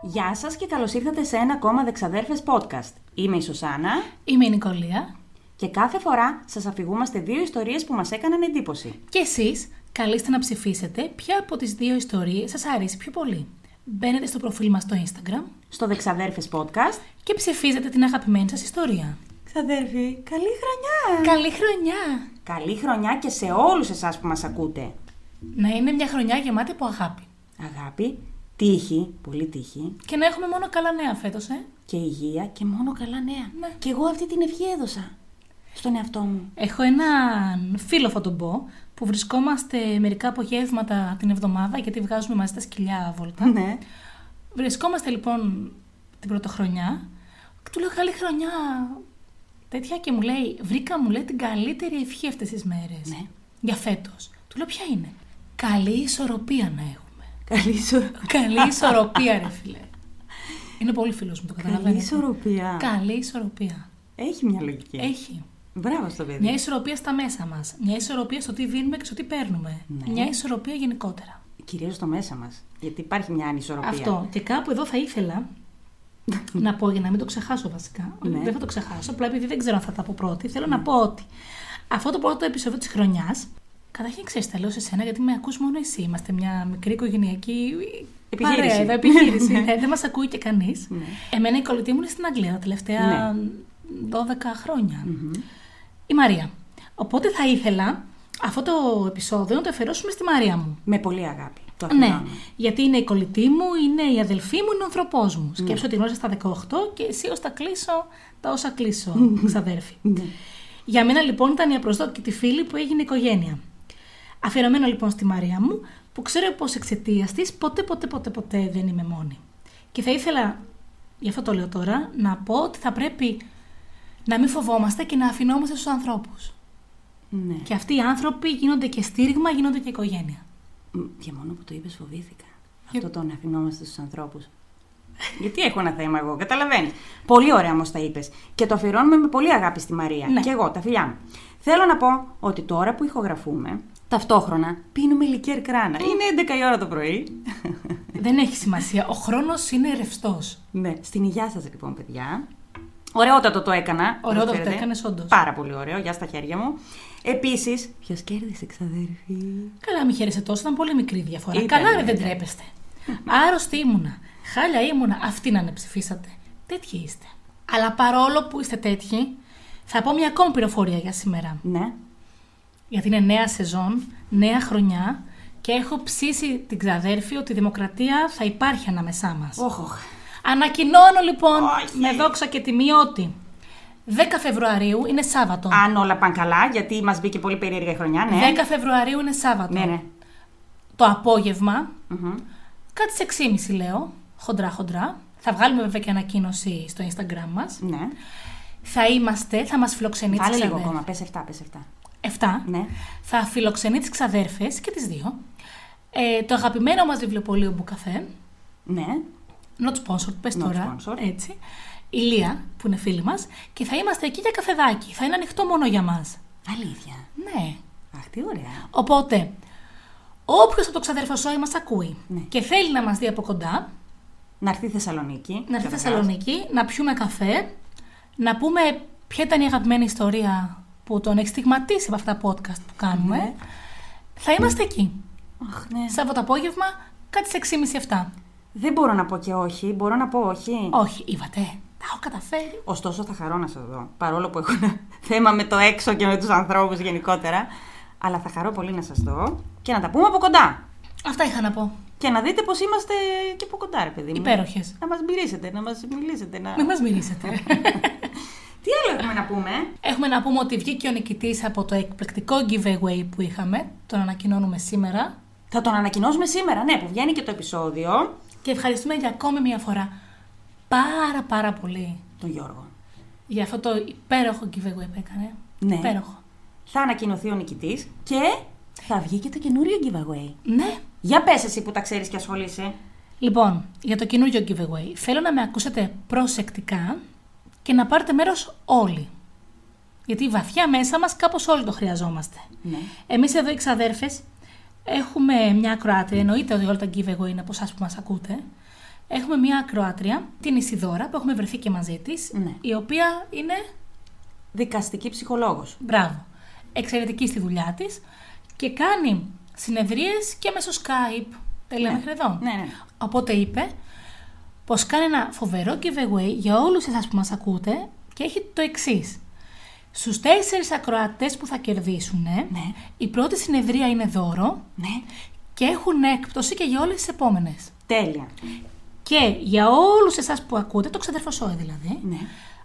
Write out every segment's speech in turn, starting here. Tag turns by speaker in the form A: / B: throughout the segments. A: Γεια σας και καλώς ήρθατε σε ένα ακόμα Δεξαδέρφες podcast. Είμαι η Σουσάνα
B: Είμαι η Νικολία
A: και κάθε φορά σας αφηγούμαστε δύο ιστορίες που μας έκαναν εντύπωση.
B: και εσείς καλείστε να ψηφίσετε ποια από τις δύο ιστορίες σας αρέσει πιο πολύ. Μπαίνετε στο προφίλ μας στο Instagram
A: Στο Δεξαδέρφες podcast...
B: και ψηφίζετε την αγαπημένη σας ιστορία.
A: Ξαδέρφη, καλή χρονιά!
B: Καλή χρονιά!
A: Καλή χρονιά και σε όλους εσάς που μας ακούτε.
B: Να είναι μια χρονιά γεμάτη από αγάπη.
A: Αγάπη, τύχη, πολύ τύχη
B: Και να έχουμε μόνο καλά νέα φέτος, ε.
A: και υγεία και μόνο καλά νέα.
B: Ναι.
A: Και εγώ αυτή την ευχή έδωσα στον εαυτό μου.
B: Έχω έναν φίλο, θα τον πω, που βρισκόμαστε μερικά απογεύματα την εβδομάδα, γιατί βγάζουμε μαζί τα σκυλιά βόλτα.
A: Ναι.
B: Βρισκόμαστε λοιπόν την πρωτοχρονιά. Του λέω καλή χρονιά. Τέτοια και μου λέει, βρήκα μου λέει την καλύτερη ευχή αυτές τις μέρες.
A: Ναι.
B: Για φέτος. Του λέω ποια είναι. Καλή ισορροπία να έχουμε.
A: Καλή, σου...
B: Καλή ισορροπία ρε φίλε. Είναι πολύ φίλος μου, το
A: καλή
B: καταλαβαίνετε.
A: ισορροπία. Ναι.
B: Καλή ισορροπία.
A: Έχει μια λογική.
B: Έχει.
A: Μπράβο στο παιδί.
B: Μια ισορροπία στα μέσα μας. Μια ισορροπία στο τι δίνουμε και στο τι παίρνουμε.
A: Ναι.
B: Μια ισορροπία γενικότερα.
A: Κυρίως στο μέσα μας. Γιατί υπάρχει μια ανισορροπία.
B: Αυτό. Και κάπου εδώ θα ήθελα να πω για να μην το ξεχάσω βασικά.
A: Ναι.
B: Δεν θα το ξεχάσω. Απλά επειδή δεν ξέρω αν θα τα πω πρώτη, θέλω να πω ότι αυτό το πρώτο επεισόδιο της χρονιάς. Καταρχήν ξέρεις, τα λέω σε σένα γιατί με ακούς μόνο εσύ. Είμαστε μια μικρή οικογενειακή
A: Επιχείρηση.
B: παρέα εδώ, επιχείρηση. ναι, δεν μας ακούει και κανείς.
A: Ναι.
B: Εμένα η κολλητή μου είναι στην Αγγλία τα τελευταία 12 χρονια Η Μαρία. Οπότε θα ήθελα αυτό το επεισόδιο να το αφαιρώσουμε στη Μαρία μου.
A: Με πολύ αγάπη. Το
B: Ναι,
A: αφιερώνω.
B: γιατί είναι η κολλητή μου, είναι η αδελφή μου, είναι ο ανθρωπός μου. Σκέψω ότι γνώρισα στα 18 και εσύ ως τα κλείσω, τα όσα κλείσω, ξαδέρφη.
A: Ναι.
B: Για μένα λοιπόν ήταν η απροσδόκητη φίλη που έγινε οικογένεια. Αφιερωμένο λοιπόν στη Μαρία μου, που ξέρω πως εξαιτίας της ποτέ, ποτέ, ποτέ, ποτέ δεν είμαι μόνη. Και θα ήθελα, γι' αυτό το λέω τώρα, να πω ότι θα πρέπει να μην φοβόμαστε και να αφινόμαστε στους ανθρώπους.
A: Ναι.
B: Και αυτοί οι άνθρωποι γίνονται και στήριγμα, γίνονται και οικογένεια.
A: Μ, Και μόνο που το είπες φοβήθηκα.
B: Για-
A: Αυτό το να αφινόμαστε στους ανθρώπους. Γιατί έχω ένα θέμα εγώ, καταλαβαίνεις. Πολύ ωραία όμως τα είπες. Και το αφιερώνουμε με πολύ αγάπη στη Μαρία.
B: Ναι.
A: Και εγώ, τα φιλιά μου. Θέλω να πω ότι τώρα που ηχογραφούμε, ταυτόχρονα πίνουμε λικέρ κράνα.
B: Ναι.
A: Είναι 11 η ώρα το πρωί.
B: Δεν έχει σημασία. Ο χρόνος είναι ρευστός.
A: ναι. Στην υγειά σας λοιπόν, παιδιά. Ωραιότατο το έκανα.
B: Ωραιότατο
A: ξέρετε.
B: το έκανες, όντως.
A: Πάρα πολύ ωραίο, γεια στα χέρια μου. Επίσης, ποιος κέρδισε, ξαδέρφη.
B: Καλά, μη χαίρεσαι τόσο, ήταν πολύ μικρή η διαφορά.
A: Ήταν,
B: Καλά, ρε,
A: ήταν.
B: δεν τρέπεστε. Άρρωστη ήμουνα. Χάλια ήμουνα. Αυτή να ανεψηφίσατε. Τέτοιοι είστε. Αλλά παρόλο που είστε τέτοιοι, θα πω μια ακόμη πληροφορία για σήμερα.
A: Ναι.
B: Γιατί είναι νέα σεζόν, νέα χρονιά και έχω ψήσει την ξαδέρφη ότι η δημοκρατία θα υπάρχει ανάμεσά μας.
A: Όχ, όχ.
B: Ανακοινώνω λοιπόν
A: Όχι.
B: με δόξα και τιμή ότι 10 Φεβρουαρίου είναι Σάββατο.
A: Αν όλα πάνε καλά, γιατί μας μπήκε πολύ περίεργα η χρονιά, ναι.
B: 10 Φεβρουαρίου είναι Σάββατο.
A: Ναι, ναι.
B: Το απόγευμα
A: Μμμ.
B: Κάτι σε 6,5 λέω, χοντρά χοντρά. Θα βγάλουμε βέβαια και ανακοίνωση στο Instagram μας.
A: Ναι.
B: Θα είμαστε, θα μας φιλοξενεί
A: Βάλε
B: τις
A: λίγο
B: ξαδέρφες.
A: ακόμα. Πες 7, πε 7.
B: 7.
A: Ναι.
B: Θα φιλοξενεί τις ξαδέρφες και τις δύο. Ε, το αγαπημένο μας βιβλιοπωλείο Μπουκαφέ.
A: Ναι.
B: Not sponsored, πες
A: Not
B: τώρα.
A: sponsored.
B: Έτσι. Η Λία, που είναι φίλη μας. Και θα είμαστε εκεί για καφεδάκι. Θα είναι ανοιχτό μόνο για μας.
A: Αλήθεια.
B: Ναι.
A: Αχ, τι ωραία.
B: Οπότε, όποιος από το ξαδερφοσόι μας ακούει
A: Ναι.
B: και θέλει να μας δει από κοντά,
A: Να έρθει η Θεσσαλονίκη.
B: Να έρθει
A: καταρχάς.
B: Θεσσαλονίκη, να πιούμε καφέ, να πούμε ποια ήταν η αγαπημένη ιστορία που τον έχεις στιγματίσει από αυτά τα podcast που κάνουμε.
A: Ναι.
B: Θα είμαστε εκεί.
A: Αχ, ναι.
B: Σάββατο απόγευμα, κάτι σε 6.30-7.
A: Δεν μπορώ να πω και όχι. Μπορώ να πω όχι.
B: Όχι, είπατε. Τα έχω καταφέρει.
A: Ωστόσο, θα χαρώ να σας δω. Παρόλο που έχω ένα θέμα με το έξω και με τους ανθρώπους γενικότερα. Αλλά θα χαρώ πολύ να σας δω και να τα πούμε από κοντά.
B: Αυτά είχα να πω.
A: Και να δείτε πώς είμαστε και από κοντά, ρε παιδί μου.
B: Υπέροχες.
A: Να μας μυρίσετε, να μας μιλήσετε. Να...
B: Μην μας μυρίσετε.
A: Τι άλλο έχουμε να πούμε. ε?
B: Έχουμε να πούμε ότι βγήκε ο νικητής από το εκπληκτικό giveaway που είχαμε. Τον ανακοινώνουμε σήμερα.
A: Θα τον ανακοινώσουμε σήμερα, ναι, που βγαίνει και το επεισόδιο.
B: Και ευχαριστούμε για ακόμη μια φορά πάρα πάρα πολύ
A: Τον Γιώργο.
B: για αυτό το υπέροχο giveaway που έκανε.
A: Ναι.
B: Υπέροχο.
A: Θα ανακοινωθεί ο νικητής και θα βγει και το καινούριο giveaway.
B: Ναι.
A: Για πες εσύ που τα ξέρεις και ασχολείσαι.
B: Λοιπόν, για το καινούριο giveaway, θέλω να με ακούσετε προσεκτικά και να πάρετε μέρος όλοι. Γιατί βαθιά μέσα μας κάπως όλοι το χρειαζόμαστε.
A: Ναι.
B: Εμείς εδώ οι ξαδέρφες έχουμε μια ακροάτρια, εννοείται ότι όλα τα giveaway είναι από εσάς που μας ακούτε, Έχουμε μία ακροάτρια, την Ισιδώρα, που έχουμε βρεθεί και μαζί της,
A: Ναι.
B: η οποία είναι.
A: Δικαστική ψυχολόγος.
B: Μπράβο. Εξαιρετική στη δουλειά της και κάνει συνεδρίες και μέσω Skype. Τέλεια μέχρι εδώ.
A: Ναι, ναι.
B: Οπότε είπε πως κάνει ένα φοβερό giveaway για όλους εσάς που μας ακούτε και έχει το εξής. Στους τέσσερις ακροατές που θα κερδίσουν,
A: Ναι.
B: η πρώτη συνεδρία είναι δώρο
A: ναι.
B: και έχουν έκπτωση και για όλες τις επόμενες.
A: Τέλεια.
B: Και για όλους εσάς που ακούτε, το ξαδερφοσόι δηλαδή,
A: Ναι.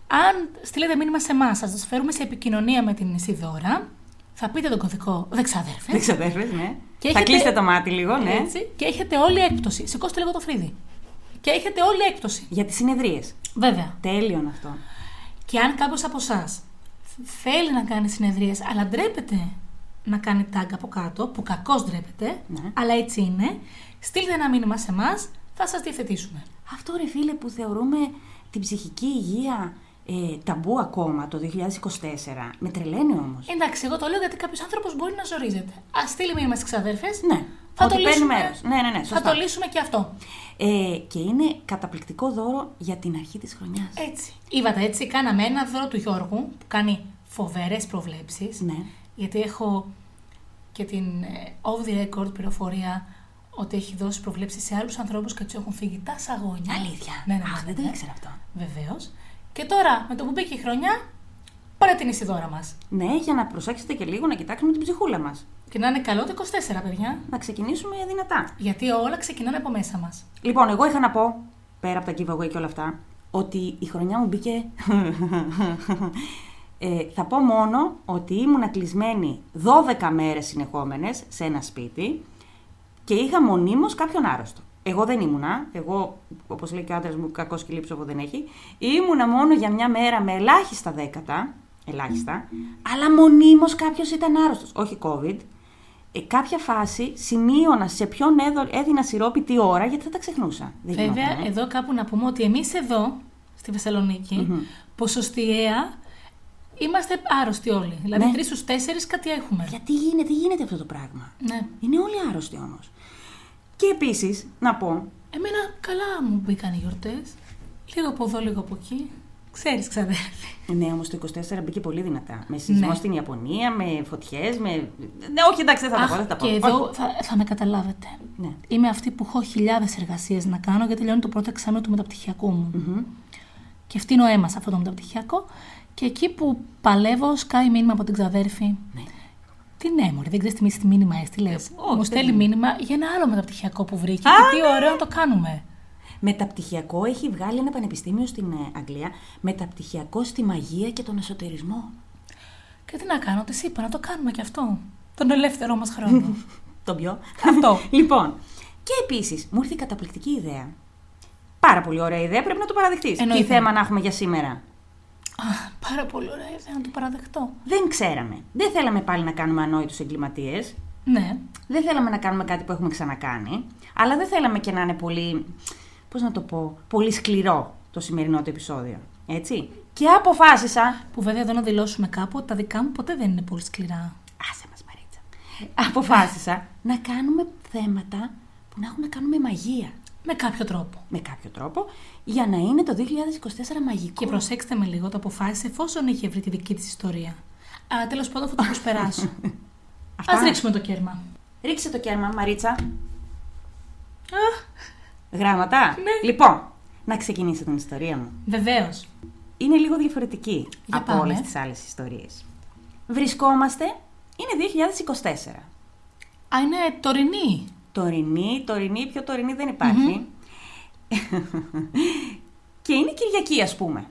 B: αν στείλετε μήνυμα σε εμάς, θα σας φέρουμε σε επικοινωνία με την Ισιδώρα, θα πείτε τον κωδικό
A: Δεν
B: δεξαδέρφες
A: ξαδέρφες, ναι.
B: Και
A: θα
B: έχετε-
A: κλείσετε το μάτι λίγο, ναι.
B: έτσι, και έχετε όλη έκπτωση. Σηκώστε λίγο το φρύδι. Και έχετε όλη έκπτωση.
A: Για τις συνεδρίες.
B: Βέβαια.
A: Τέλειο είναι αυτό.
B: Και αν κάποιος από εσάς θέλει να κάνει συνεδρίες, αλλά ντρέπεται να κάνει tag από κάτω, που κακώς ντρέπεται,
A: Ναι.
B: αλλά έτσι είναι, στείλτε ένα μήνυμα σε εμάς, θα σας διευθετήσουμε.
A: Αυτό ρε φίλε που θεωρούμε την ψυχική υγεία ε, ταμπού ακόμα το 2024. Με τρελαίνει όμως.
B: Εντάξει, εγώ το λέω γιατί κάποιος άνθρωπος μπορεί να ζορίζεται. Ας στείλει μήνυμα στις ξαδέρφες.
A: ναι.
B: Θα
A: Ότι
B: το
A: παίρνει
B: λύσουμε.
A: μέρος. Ναι, ναι, ναι. Σωστά.
B: Θα το λύσουμε και αυτό.
A: Ε, και είναι καταπληκτικό δώρο για την αρχή της χρονιάς.
B: Έτσι. Είδατε, έτσι κάναμε ένα δώρο του Γιώργου που κάνει φοβερές προβλέψεις.
A: Ναι.
B: Γιατί έχω και την ε, off the record πληροφορία ότι έχει δώσει προβλέψεις σε άλλους ανθρώπους και τους έχουν φύγει τα σαγόνια.
A: Αλήθεια.
B: Ναι, ναι,
A: Αχ,
B: ναι,
A: δεν το
B: ναι.
A: ήξερα αυτό.
B: Βεβαίως. Και τώρα με το που μπήκε η χρονιά, πάρε την Ισιδώρα μας.
A: Ναι, για να προσέξετε και λίγο να κοιτάξουμε την ψυχούλα μας.
B: Και να είναι καλό το 24, παιδιά.
A: Να ξεκινήσουμε δυνατά.
B: Γιατί όλα ξεκινάνε από μέσα μας.
A: Λοιπόν, εγώ είχα να πω, πέρα από τα giveaway και όλα αυτά, ότι η χρονιά μου μπήκε. ε, θα πω μόνο ότι ήμουν κλεισμένη 12 μέρες συνεχόμενες σε ένα σπίτι και είχα μονίμως κάποιον άρρωστο. Εγώ δεν ήμουνα, εγώ, όπως λέει και ο άντρας μου, κακός και λείψογο δεν έχει, ήμουνα μόνο για μια μέρα με ελάχιστα δέκατα, ελάχιστα, αλλά μονίμως κάποιος ήταν άρρωστος, όχι COVID. Ε, κάποια φάση σημείωνα σε ποιον έδω- έδινα σιρόπι τι ώρα, γιατί θα τα ξεχνούσα. Δεν ε.
B: Βέβαια, ε,
A: γινότανε.
B: εδώ κάπου να πούμε ότι εμείς εδώ, στη Θεσσαλονίκη, ποσοστιαία είμαστε άρρωστοι όλοι. Δηλαδή,
A: Ναι.
B: τρεις στους τέσσερις κάτι έχουμε.
A: Γιατί γίνεται, τι γίνεται αυτό το πράγμα.
B: Ναι.
A: Είναι όλοι άρρωστοι όμως. Και επίσης, να πω,
B: Εμένα καλά μου μπήκαν οι γιορτές. Λίγο από εδώ, λίγο από εκεί. Ξέρεις, ξαδέρφη.
A: ναι, όμως το 24 μπήκε πολύ δυνατά. Με σεισμό
B: Ναι.
A: στην Ιαπωνία, με φωτιές, με. Ναι, όχι, εντάξει, δεν θα τα πω, δεν θα
B: Αχ,
A: τα πω.
B: και
A: Όχι.
B: εδώ θα, θα με καταλάβετε.
A: Ναι.
B: Είμαι αυτή που έχω χιλιάδες εργασίες να κάνω γιατί τελειώνει το πρώτο εξάμεινο του μεταπτυχιακού μου.
A: Μμμ.
B: Και φτύνω αίμα σε αυτό το μεταπτυχιακό. Και εκεί που παλεύω, σκάει μήνυμα από την ξαδέρφη.
A: Ναι. Ε,
B: Τι ναι, Μωρή, δεν ξέρεις τι μη- τι μήνυμα έστειλες.
A: όχι,
B: Μου στέλνει
A: δεν-
B: μήνυμα για ένα άλλο μεταπτυχιακό που βρήκε.
A: Α, ναι.
B: και τι ωραίο να το κάνουμε.
A: Μεταπτυχιακό έχει βγάλει ένα πανεπιστήμιο στην ε, Αγγλία. Μεταπτυχιακό στη μαγεία και τον εσωτερισμό.
B: Και τι να κάνω, τη είπα να το κάνουμε κι αυτό. Τον ελεύθερό μας χρόνο.
A: Τον πιο.
B: Αυτό.
A: λοιπόν. Και επίσης, μου ήρθε η καταπληκτική ιδέα. Πάρα πολύ ωραία ιδέα, πρέπει να το παραδεχτείς. Τι
B: Εννοείται.
A: θέμα να έχουμε για σήμερα.
B: Α, πάρα πολύ ωραία ιδέα να το παραδεχτώ.
A: Δεν ξέραμε. Δεν θέλαμε πάλι να κάνουμε ανόητους εγκληματίες.
B: Ναι.
A: Δεν θέλαμε να κάνουμε κάτι που έχουμε ξανακάνει. Αλλά δεν θέλαμε και να είναι πολύ. Πώς να το πω. Πολύ σκληρό το σημερινό το επεισόδιο. Έτσι. Και αποφάσισα.
B: Που βέβαια εδώ να δηλώσουμε κάπου ότι τα δικά μου ποτέ δεν είναι πολύ σκληρά.
A: Άσε μας Μαρίτσα. Αποφάσισα να κάνουμε θέματα που να έχουν να κάνουν με μαγεία.
B: Με κάποιο τρόπο.
A: Με κάποιο τρόπο. Για να είναι το 2024 μαγικό.
B: Και προσέξτε με λίγο, το αποφάσισε εφόσον είχε βρει τη δική της ιστορία. Αλλά τέλος πάντων θα το προσπεράσω.
A: Αυτά.
B: Ας ρίξουμε το κέρμα.
A: Ρίξε το κέρμα, Μαρίτσα.
B: Α,
A: Γράμματα.
B: Ναι.
A: Λοιπόν, να ξεκινήσω την ιστορία μου.
B: βεβαίως.
A: είναι λίγο διαφορετική
B: Για
A: από
B: πάμε.
A: όλες τις άλλες ιστορίες. Βρισκόμαστε, είναι 2024.
B: Α, είναι τωρινή.
A: Τωρινή, τωρινή, πιο τωρινή δεν υπαρχει και είναι Κυριακή ας πούμε.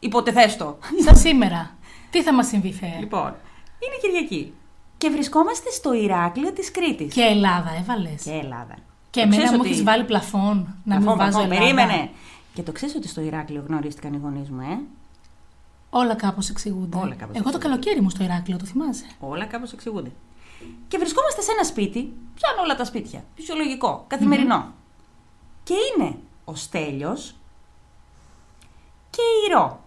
A: Υποτεθέστο.
B: Σαν σήμερα. Τι θα μας συμβεί, Θεέ.
A: λοιπόν, είναι Κυριακή. Και βρισκόμαστε στο Ηράκλειο της Κρήτης.
B: Και Ελλάδα, έβαλες.
A: Και Ελλάδα.
B: Και
A: Το
B: εμένα
A: ξέρεις
B: μου
A: ότι-
B: έχεις βάλει πλαφόν να
A: Παφών,
B: μην βάζω
A: παφών,
B: Ελλάδα.
A: Περίμενε. Και το ξέρεις ότι στο Ηράκλειο γνωρίστηκαν οι γονείς μου, ε.
B: Όλα κάπως εξηγούνται.
A: Όλα κάπως
B: Εγώ το
A: εξηγούνται.
B: καλοκαίρι μου στο Ηράκλειο, το θυμάσαι.
A: Όλα κάπως εξηγούνται. Και βρισκόμαστε σε ένα σπίτι, σαν όλα τα σπίτια. Φυσιολογικό, καθημερινό. Και είναι ο Στέλιος και η Ρο.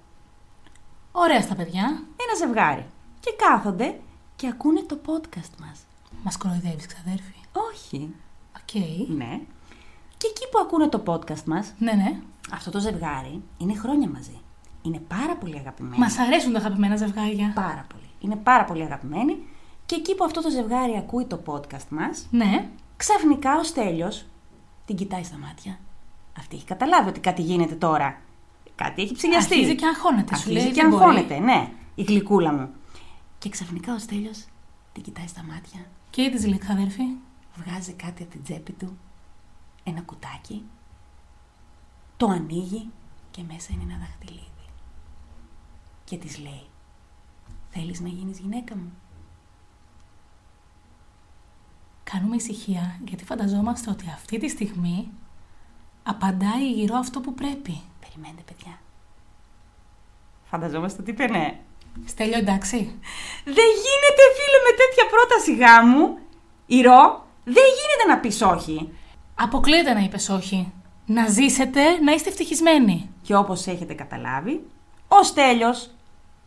B: Ωραία στα παιδιά.
A: Ένα ζευγάρι. Και κάθονται και ακούνε το podcast μας.
B: Μας κοροϊδεύεις, ξαδέρφη.
A: Όχι.
B: Οκ.
A: Ναι. Και και εκεί που ακούνε το podcast μας,
B: Ναι, ναι.
A: αυτό το ζευγάρι είναι χρόνια μαζί. Είναι πάρα πολύ αγαπημένοι.
B: Μας αρέσουν τα αγαπημένα ζευγάρια.
A: Πάρα πολύ. Είναι πάρα πολύ αγαπημένοι. Και εκεί που αυτό το ζευγάρι ακούει το podcast μας,
B: Ναι.
A: ξαφνικά ο Στέλιος την κοιτάει στα μάτια. Αυτή έχει καταλάβει ότι κάτι γίνεται τώρα. Κάτι έχει ψηλιαστεί.
B: Αρχίζει και αγχώνεται. Σου
A: Αρχίζει
B: λέει
A: και
B: «Δεν μπορεί».
A: αγχώνεται, ναι, η γλυκούλα μου. Και ξαφνικά ο Στέλιος την κοιτάει στα μάτια,
B: Και τη λέει, ξαδέρφη.
A: βγάζει κάτι από την τσέπη του, ένα κουτάκι, το ανοίγει και μέσα είναι ένα δαχτυλίδι. Και της λέει, θέλεις να γίνεις γυναίκα μου.
B: Κάνουμε ησυχία γιατί φανταζόμαστε ότι αυτή τη στιγμή απαντάει γύρω αυτό που πρέπει.
A: Περιμένετε παιδιά. Φανταζόμαστε τι είπε, ναι.
B: Στέλιο, εντάξει.
A: Δεν γίνεται, φίλε, με τέτοια πρόταση γάμου. Ηρώ, δεν γίνεται να πεις όχι.
B: Αποκλείεται να είπες όχι. Να ζήσετε, να είστε ευτυχισμένοι.
A: Και όπως έχετε καταλάβει, ο Στέλιος,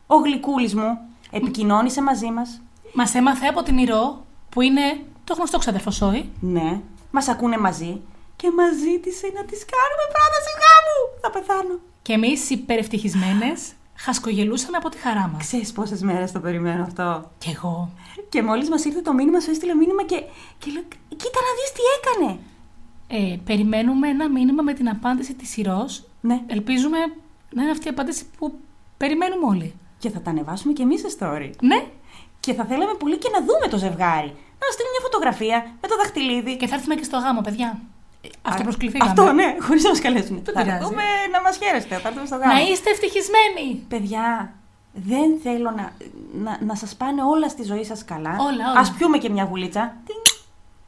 A: ο γλυκούλης μου, επικοινώνησε μαζί μας.
B: Μας έμαθε από την Ηρώ που είναι το γνωστό ξαδερφό Σόι.
A: Ναι, μας ακούνε μαζί και μας ζήτησε να της κάνουμε πρόταση γάμου. Θα πεθάνω.
B: Και εμείς υπερευτυχισμένες χασκογελούσαμε από τη χαρά μας.
A: Ξέρεις πόσες μέρες το περιμένω αυτό.
B: Κι εγώ.
A: Και μόλις μας ήρθε το μήνυμα, σου έστειλε μήνυμα και, και λέω, κοίτα να δεις τι έκανε.
B: Ε, περιμένουμε ένα μήνυμα με την απάντηση της Ηρώ.
A: Ναι,
B: Ελπίζουμε να είναι αυτή η απάντηση που περιμένουμε όλοι.
A: και θα τα ανεβάσουμε κι εμείς σε story.
B: Ναι,
A: Και θα θέλαμε πολύ και να δούμε το ζευγάρι. Να στείλει μια φωτογραφία με το δαχτυλίδι.
B: και θα έρθουμε και στο γάμο, παιδιά. Αυτό προσκληθήκαμε.
A: Αυτό, ναι, χωρίς να μας καλέσουν.
B: Δεν
A: θα
B: πειράζει.
A: έρθουμε να μας χαίρεστε, θα έρθουμε στο γάμο.
B: Να είστε ευτυχισμένοι!
A: Παιδιά, δεν θέλω να, να, να σας πάνε όλα στη ζωή σας καλά.
B: Όλα, όλα.
A: Ας πιούμε και μια γουλίτσα. Τιν. Ναι.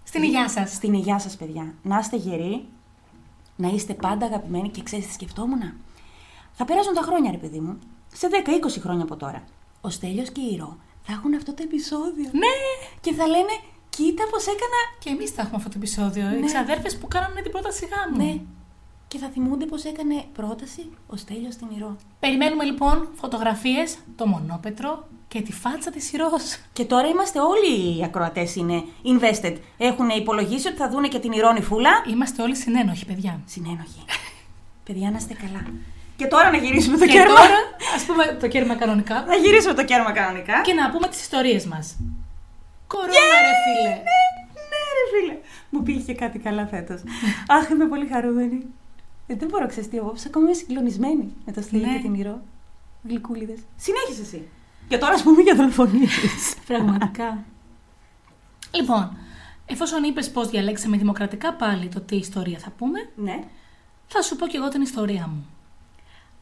B: Στην υγεία σας.
A: Στην υγεία σας, παιδιά. Να είστε γεροί, να είστε πάντα αγαπημένοι και ξέρεις τι σκεφτόμουν. Θα περάσουν τα χρόνια, ρε παιδί μου. Σε 10-20 χρόνια από τώρα. Ο Στέλιος και η Ρο θα έχουν αυτό το επεισόδιο.
B: Ναι!
A: Και θα λένε, κοίτα πως έκανα...
B: Και εμείς θα έχουμε αυτό το επεισόδιο.
A: Ναι.
B: Οι ξαδέρφε που κάνανε την πρόταση γάμου.
A: Ναι. Και θα θυμούνται πως έκανε πρόταση ο Στέλιος στην Ρο.
B: Περιμένουμε λοιπόν φωτογραφίες, το μονόπετρο και τη φάτσα της Ηρώς.
A: Και τώρα είμαστε όλοι οι ακροατές είναι invested. Έχουν υπολογίσει ότι θα δούνε και την ηρώνη φούλα.
B: Είμαστε όλοι συνένοχοι, παιδιά.
A: Συνένοχοι. Παιδιά, να είστε καλά. Και τώρα να γυρίσουμε το
B: και
A: κέρμα.
B: τώρα, ας πούμε το κέρμα κανονικά.
A: Να γυρίσουμε το κέρμα κανονικά.
B: και να πούμε τις ιστορίες μας. Κορώνα,
A: Yeah!
B: ρε φίλε!
A: Ναι, ναι, ρε φίλε. Μου πήγε και κάτι καλά φέτος. Αχ, είμαι πολύ χαρούμενη. Ε, δεν μπορώ, ξέρεις τι, εγώ ακόμα είμαι συγκλονισμένη με το στυλ
B: Ναι.
A: και την ηρώ. Γλυκούλιδες. Συνέχισε εσύ. Και τώρα ας πούμε για δολοφονίες.
B: Πραγματικά. λοιπόν, εφόσον είπες πω διαλέξαμε δημοκρατικά πάλι το τι ιστορία θα πούμε,
A: ναι.
B: θα σου πω κι εγώ την ιστορία μου.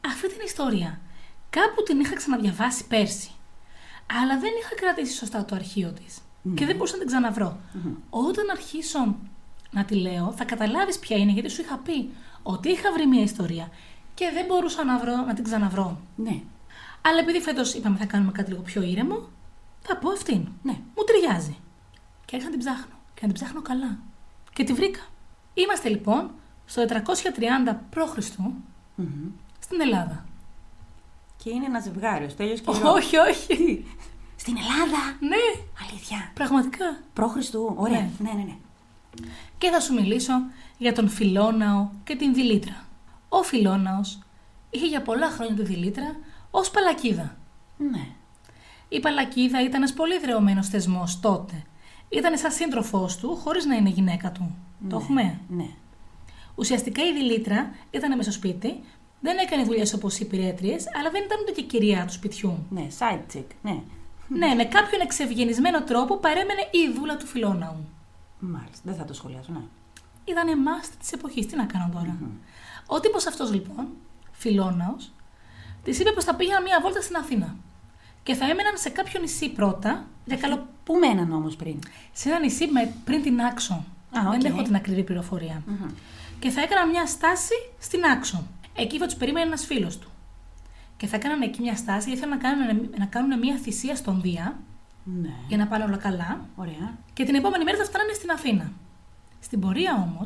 B: Αυτή την ιστορία κάπου την είχα ξαναδιαβάσει πέρσι. Αλλά δεν είχα κρατήσει σωστά το αρχείο της. Και δεν μπορούσα να την ξαναβρω Όταν αρχίσω να τη λέω, θα καταλάβεις ποια είναι, γιατί σου είχα πει ότι είχα βρει μια ιστορία και δεν μπορούσα να, βρω, να την ξαναβρω.
A: Ναι.
B: Αλλά επειδή φέτος είπαμε θα κάνουμε κάτι λίγο πιο ήρεμο, θα πω αυτήν.
A: Ναι.
B: Μου ταιριάζει. Και άρχισα να την ψάχνω. Και να την ψάχνω καλά. Και τη βρήκα. Είμαστε λοιπόν στο 430 π.Χ.
A: Μμμ.
B: στην Ελλάδα.
A: Και είναι ένα ζευγάρι, ο Στέλιος και η Ρο.
B: όχι, όχι.
A: Στην Ελλάδα!
B: ναι,
A: Αλήθεια.
B: πραγματικά.
A: Προ Χριστού. Ωραία.
B: Ναι.
A: Ναι, ναι, ναι.
B: Και θα σου μιλήσω για τον Φιλόναο και την Δηλήτρα. Ο Φιλόναος είχε για πολλά χρόνια τη Δηλήτρα ως παλακίδα.
A: Ναι.
B: Η Παλακίδα ήταν ένας πολύ δρεωμένο θεσμός τότε. Ήταν σαν σύντροφός του, χωρίς να είναι γυναίκα του. Το
A: Ναι.
B: έχουμε.
A: Ναι.
B: Ουσιαστικά η Δηλήτρα ήταν μέσα στο σπίτι, δεν έκανε δουλειές όπως οι υπηρέτριες, αλλά δεν ήταν ούτε και κυρία του σπιτιού.
A: Ναι, side chick. Ναι.
B: Ναι, με κάποιον εξευγενισμένο τρόπο παρέμενε η δούλα του Φιλόναου.
A: Μάλιστα. Δεν θα το σχολιάσω, ναι.
B: Ήταν μάστη της εποχής, τι να κάνω τώρα. Ο τύπος αυτός λοιπόν, Φιλόναο, της είπε πως θα πήγαιναν μία βόλτα στην Αθήνα. Και θα έμεναν σε κάποιο νησί πρώτα, για καλό
A: Πού μέναν όμως πριν.
B: σε ένα νησί με, πριν την Άξο.
A: Α, οκ.
B: Δεν έχω την ακριβή πληροφορία. Και θα έκανα μια στάση στην Άξο. Εκεί θα τους περίμενε ένας φίλος του. Και θα έκαναν εκεί μια στάση γιατί ήθελαν να κάνουν, να κάνουν μια θυσία στον Δία
A: Ναι.
B: για να πάνε όλα καλά.
A: Ωραία.
B: Και την επόμενη μέρα θα φτάνανε στην Αθήνα. Στην πορεία όμως,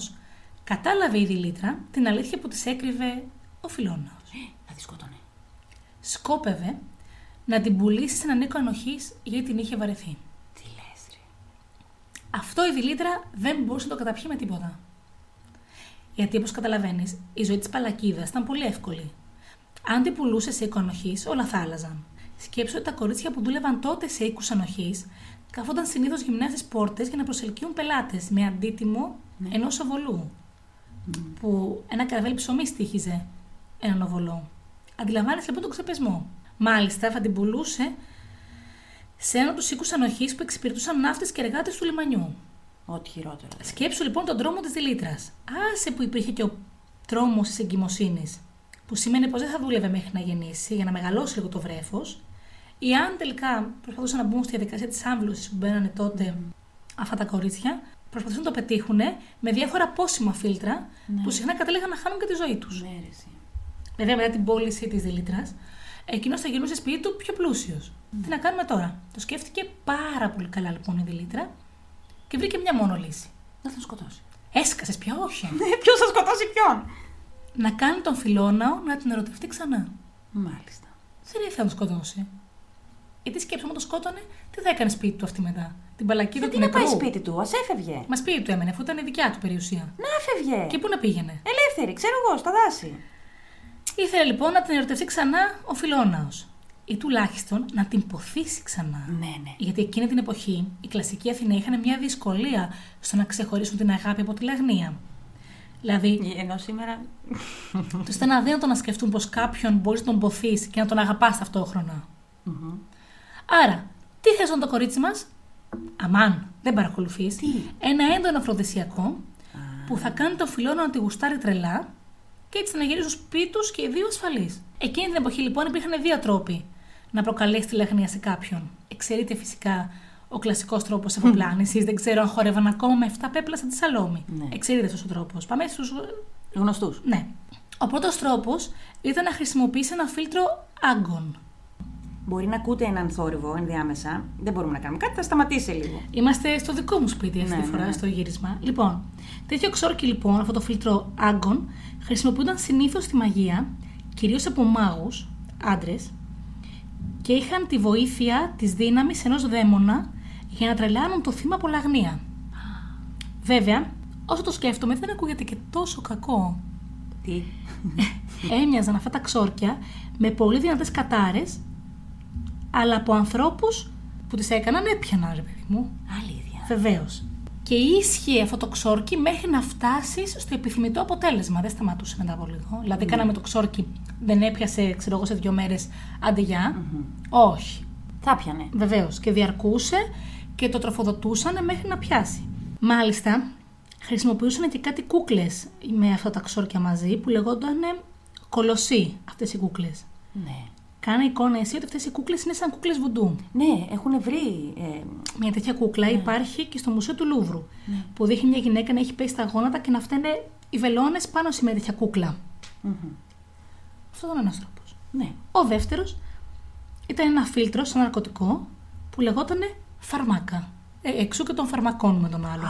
B: κατάλαβε η Δηλήτρα την αλήθεια που της έκρυβε ο Φιλόναο.
A: Θα τη σκότωνε.
B: Σκόπευε να την πουλήσει σε έναν οίκο ανοχής γιατί την είχε βαρεθεί.
A: Τι λες, ρε.
B: Αυτό η Δηλήτρα δεν μπορούσε να το καταπιεί με τίποτα. Γιατί όπως καταλαβαίνεις, η ζωή της Παλακίδας ήταν πολύ εύκολη. Αν την πουλούσε σε οίκο ανοχής, όλα θα άλλαζαν. Σκέψου ότι τα κορίτσια που δούλευαν τότε σε οίκου ανοχής καθόταν συνήθως γυμνά στις πόρτες για να προσελκύουν πελάτες με αντίτιμο
A: Ναι.
B: ενός οβολού. Που ένα καραβέλι ψωμί στήχιζε έναν οβολό. Αντιλαμβάνεσαι λοιπόν τον ξεπεσμό. Μάλιστα θα την πουλούσε σε έναν από τους οίκου ανοχής που εξυπηρετούσαν ναύτες και εργάτες του λιμανιού.
A: Ό,τι χειρότερο.
B: Σκέψου λοιπόν τον τρόμο της Δηλήτρα. Άσε που υπήρχε και ο τρόμος της εγκυμοσύνης, που σημαίνει πως δεν θα δούλευε μέχρι να γεννήσει για να μεγαλώσει λίγο το βρέφος. Ή αν τελικά προσπαθούσαν να μπουν στη διαδικασία της άμβλωσης που μπαίνανε τότε αυτά τα κορίτσια, προσπαθούσαν να το πετύχουν με διάφορα πόσιμα φίλτρα
A: Ναι.
B: που συχνά κατέληγαν να χάνουν και τη ζωή τους.
A: Ναι, ρε, εσύ.
B: Βέβαια, μετά την πώληση της Δηλήτρα, εκείνος θα γυρνούσε σπίτι του πιο πλούσιος. Τι να κάνουμε τώρα. Το σκέφτηκε πάρα πολύ καλά λοιπόν η Δηλήτρα και βρήκε μια μόνο λύση.
A: Να τον σκοτώσει.
B: Έσκασες πια, όχι.
A: Ποιος θα σκοτώσει ποιον.
B: να κάνει τον Φιλόναο να την ερωτευτεί ξανά.
A: Μάλιστα.
B: Δεν ήθελε να τον σκοτώσει. Γιατί σκέψτε μου, τον σκότωνε, τι θα έκανε σπίτι του αυτή μετά. Την παλακίδα
A: Γιατί
B: του
A: να
B: νεκρού.
A: πάει σπίτι του, ας έφευγε.
B: Μα σπίτι του έμενε, αφού ήταν η δικιά του περιουσία.
A: Να έφευγε.
B: Και πού να πήγαινε.
A: Ελεύθερη, ξέρω εγώ, στα δάση.
B: Ήθελε λοιπόν να την ερωτευτεί ξανά ο Φιλόναος. Ή τουλάχιστον να την ποθήσει ξανά.
A: Ναι, ναι.
B: Γιατί εκείνη την εποχή οι κλασικοί Αθηναίοι είχαν μια δυσκολία στο να ξεχωρίσουν την αγάπη από τη λαγνία. Δηλαδή,
A: Ενώ σήμερα.
B: του ήταν αδύνατο να σκεφτούν πως κάποιον μπορείς να τον ποθήσει και να τον αγαπάς ταυτόχρονα.
A: Μμμ.
B: Άρα, τι θες να το κορίτσι μας? Αμάν, δεν παρακολουθείς.
A: Τι?
B: Ένα έντονο αφροδισιακό
A: Α,
B: που θα κάνει τον φιλόνα να τη γουστάρει τρελά και έτσι να γυρίζουν σπίτι τους και οι δύο ασφαλείς. Εκείνη την εποχή λοιπόν υπήρχαν δύο τρόποι να προκαλέσει τη λαγνία σε κάποιον. Εξαιρείται φυσικά ο κλασικός τρόπος εφοπλάνηση. δεν ξέρω αν χορεύαν ακόμα με 7 πέπλα σαν τη Σαλόμη.
A: Ναι.
B: Εξαιρείται αυτός ο τρόπος. Πάμε στους.
A: Γνωστούς.
B: Ναι. Ο πρώτος τρόπος ήταν να χρησιμοποιήσει ένα φίλτρο άγκων.
A: Μπορεί να ακούτε έναν θόρυβο ενδιάμεσα. Δεν μπορούμε να κάνουμε κάτι, θα σταματήσει λίγο.
B: Είμαστε στο δικό μου σπίτι αυτή
A: Ναι,
B: τη
A: ναι,
B: φορά,
A: ναι.
B: στο γύρισμα. Λοιπόν, τέτοιο ξόρκι λοιπόν, αυτό το φίλτρο άγκων, χρησιμοποιούνταν συνήθως στη μαγεία, κυρίως από μάγους, άντρες, και είχαν τη βοήθεια της δύναμης ενός δαίμονα για να τρελάνουν το θύμα από λαγνία. Βέβαια, όσο το σκέφτομαι, δεν ακούγεται και τόσο κακό.
A: Τι.
B: Έμοιαζαν αυτά τα ξόρκια με πολύ δυνατές κατάρες, αλλά από ανθρώπους που τις έκαναν έπιαναν, ρε παιδί μου.
A: Αλήθεια.
B: Βεβαίως. Και ίσχυε αυτό το ξόρκι μέχρι να φτάσει στο επιθυμητό αποτέλεσμα. Δεν σταματούσε μετά από λίγο. Δηλαδή, κάναμε το ξόρκι, δεν έπιασε, ξέρω εγώ, σε δύο μέρες άντε γεια. Όχι.
A: Θα πιανε.
B: Βεβαίως. Και διαρκούσε και το τροφοδοτούσαν μέχρι να πιάσει. Μάλιστα, χρησιμοποιούσαν και κάτι κούκλες με αυτά τα ξόρκια μαζί που λεγόταν κολοσσοί αυτές οι κούκλες.
A: Ναι.
B: Κάνε εικόνα εσύ ότι αυτές οι κούκλες είναι σαν κούκλες βουντού.
A: Ναι, έχουν βρει. ε,
B: Μια τέτοια κούκλα υπάρχει και στο Μουσείο του Λούβρου. Που δείχνει μια γυναίκα να έχει πέσει στα γόνατα και να φταίνε οι βελόνες πάνω σε μια τέτοια κούκλα.
A: μμμ.
B: Αυτό ήταν ένας τρόπος.
A: Ναι.
B: Ο δεύτερος ήταν ένα φίλτρο σαν ναρκωτικό που λεγόταν φαρμάκα. Ε, εξού και των φαρμακών με τον άλλον.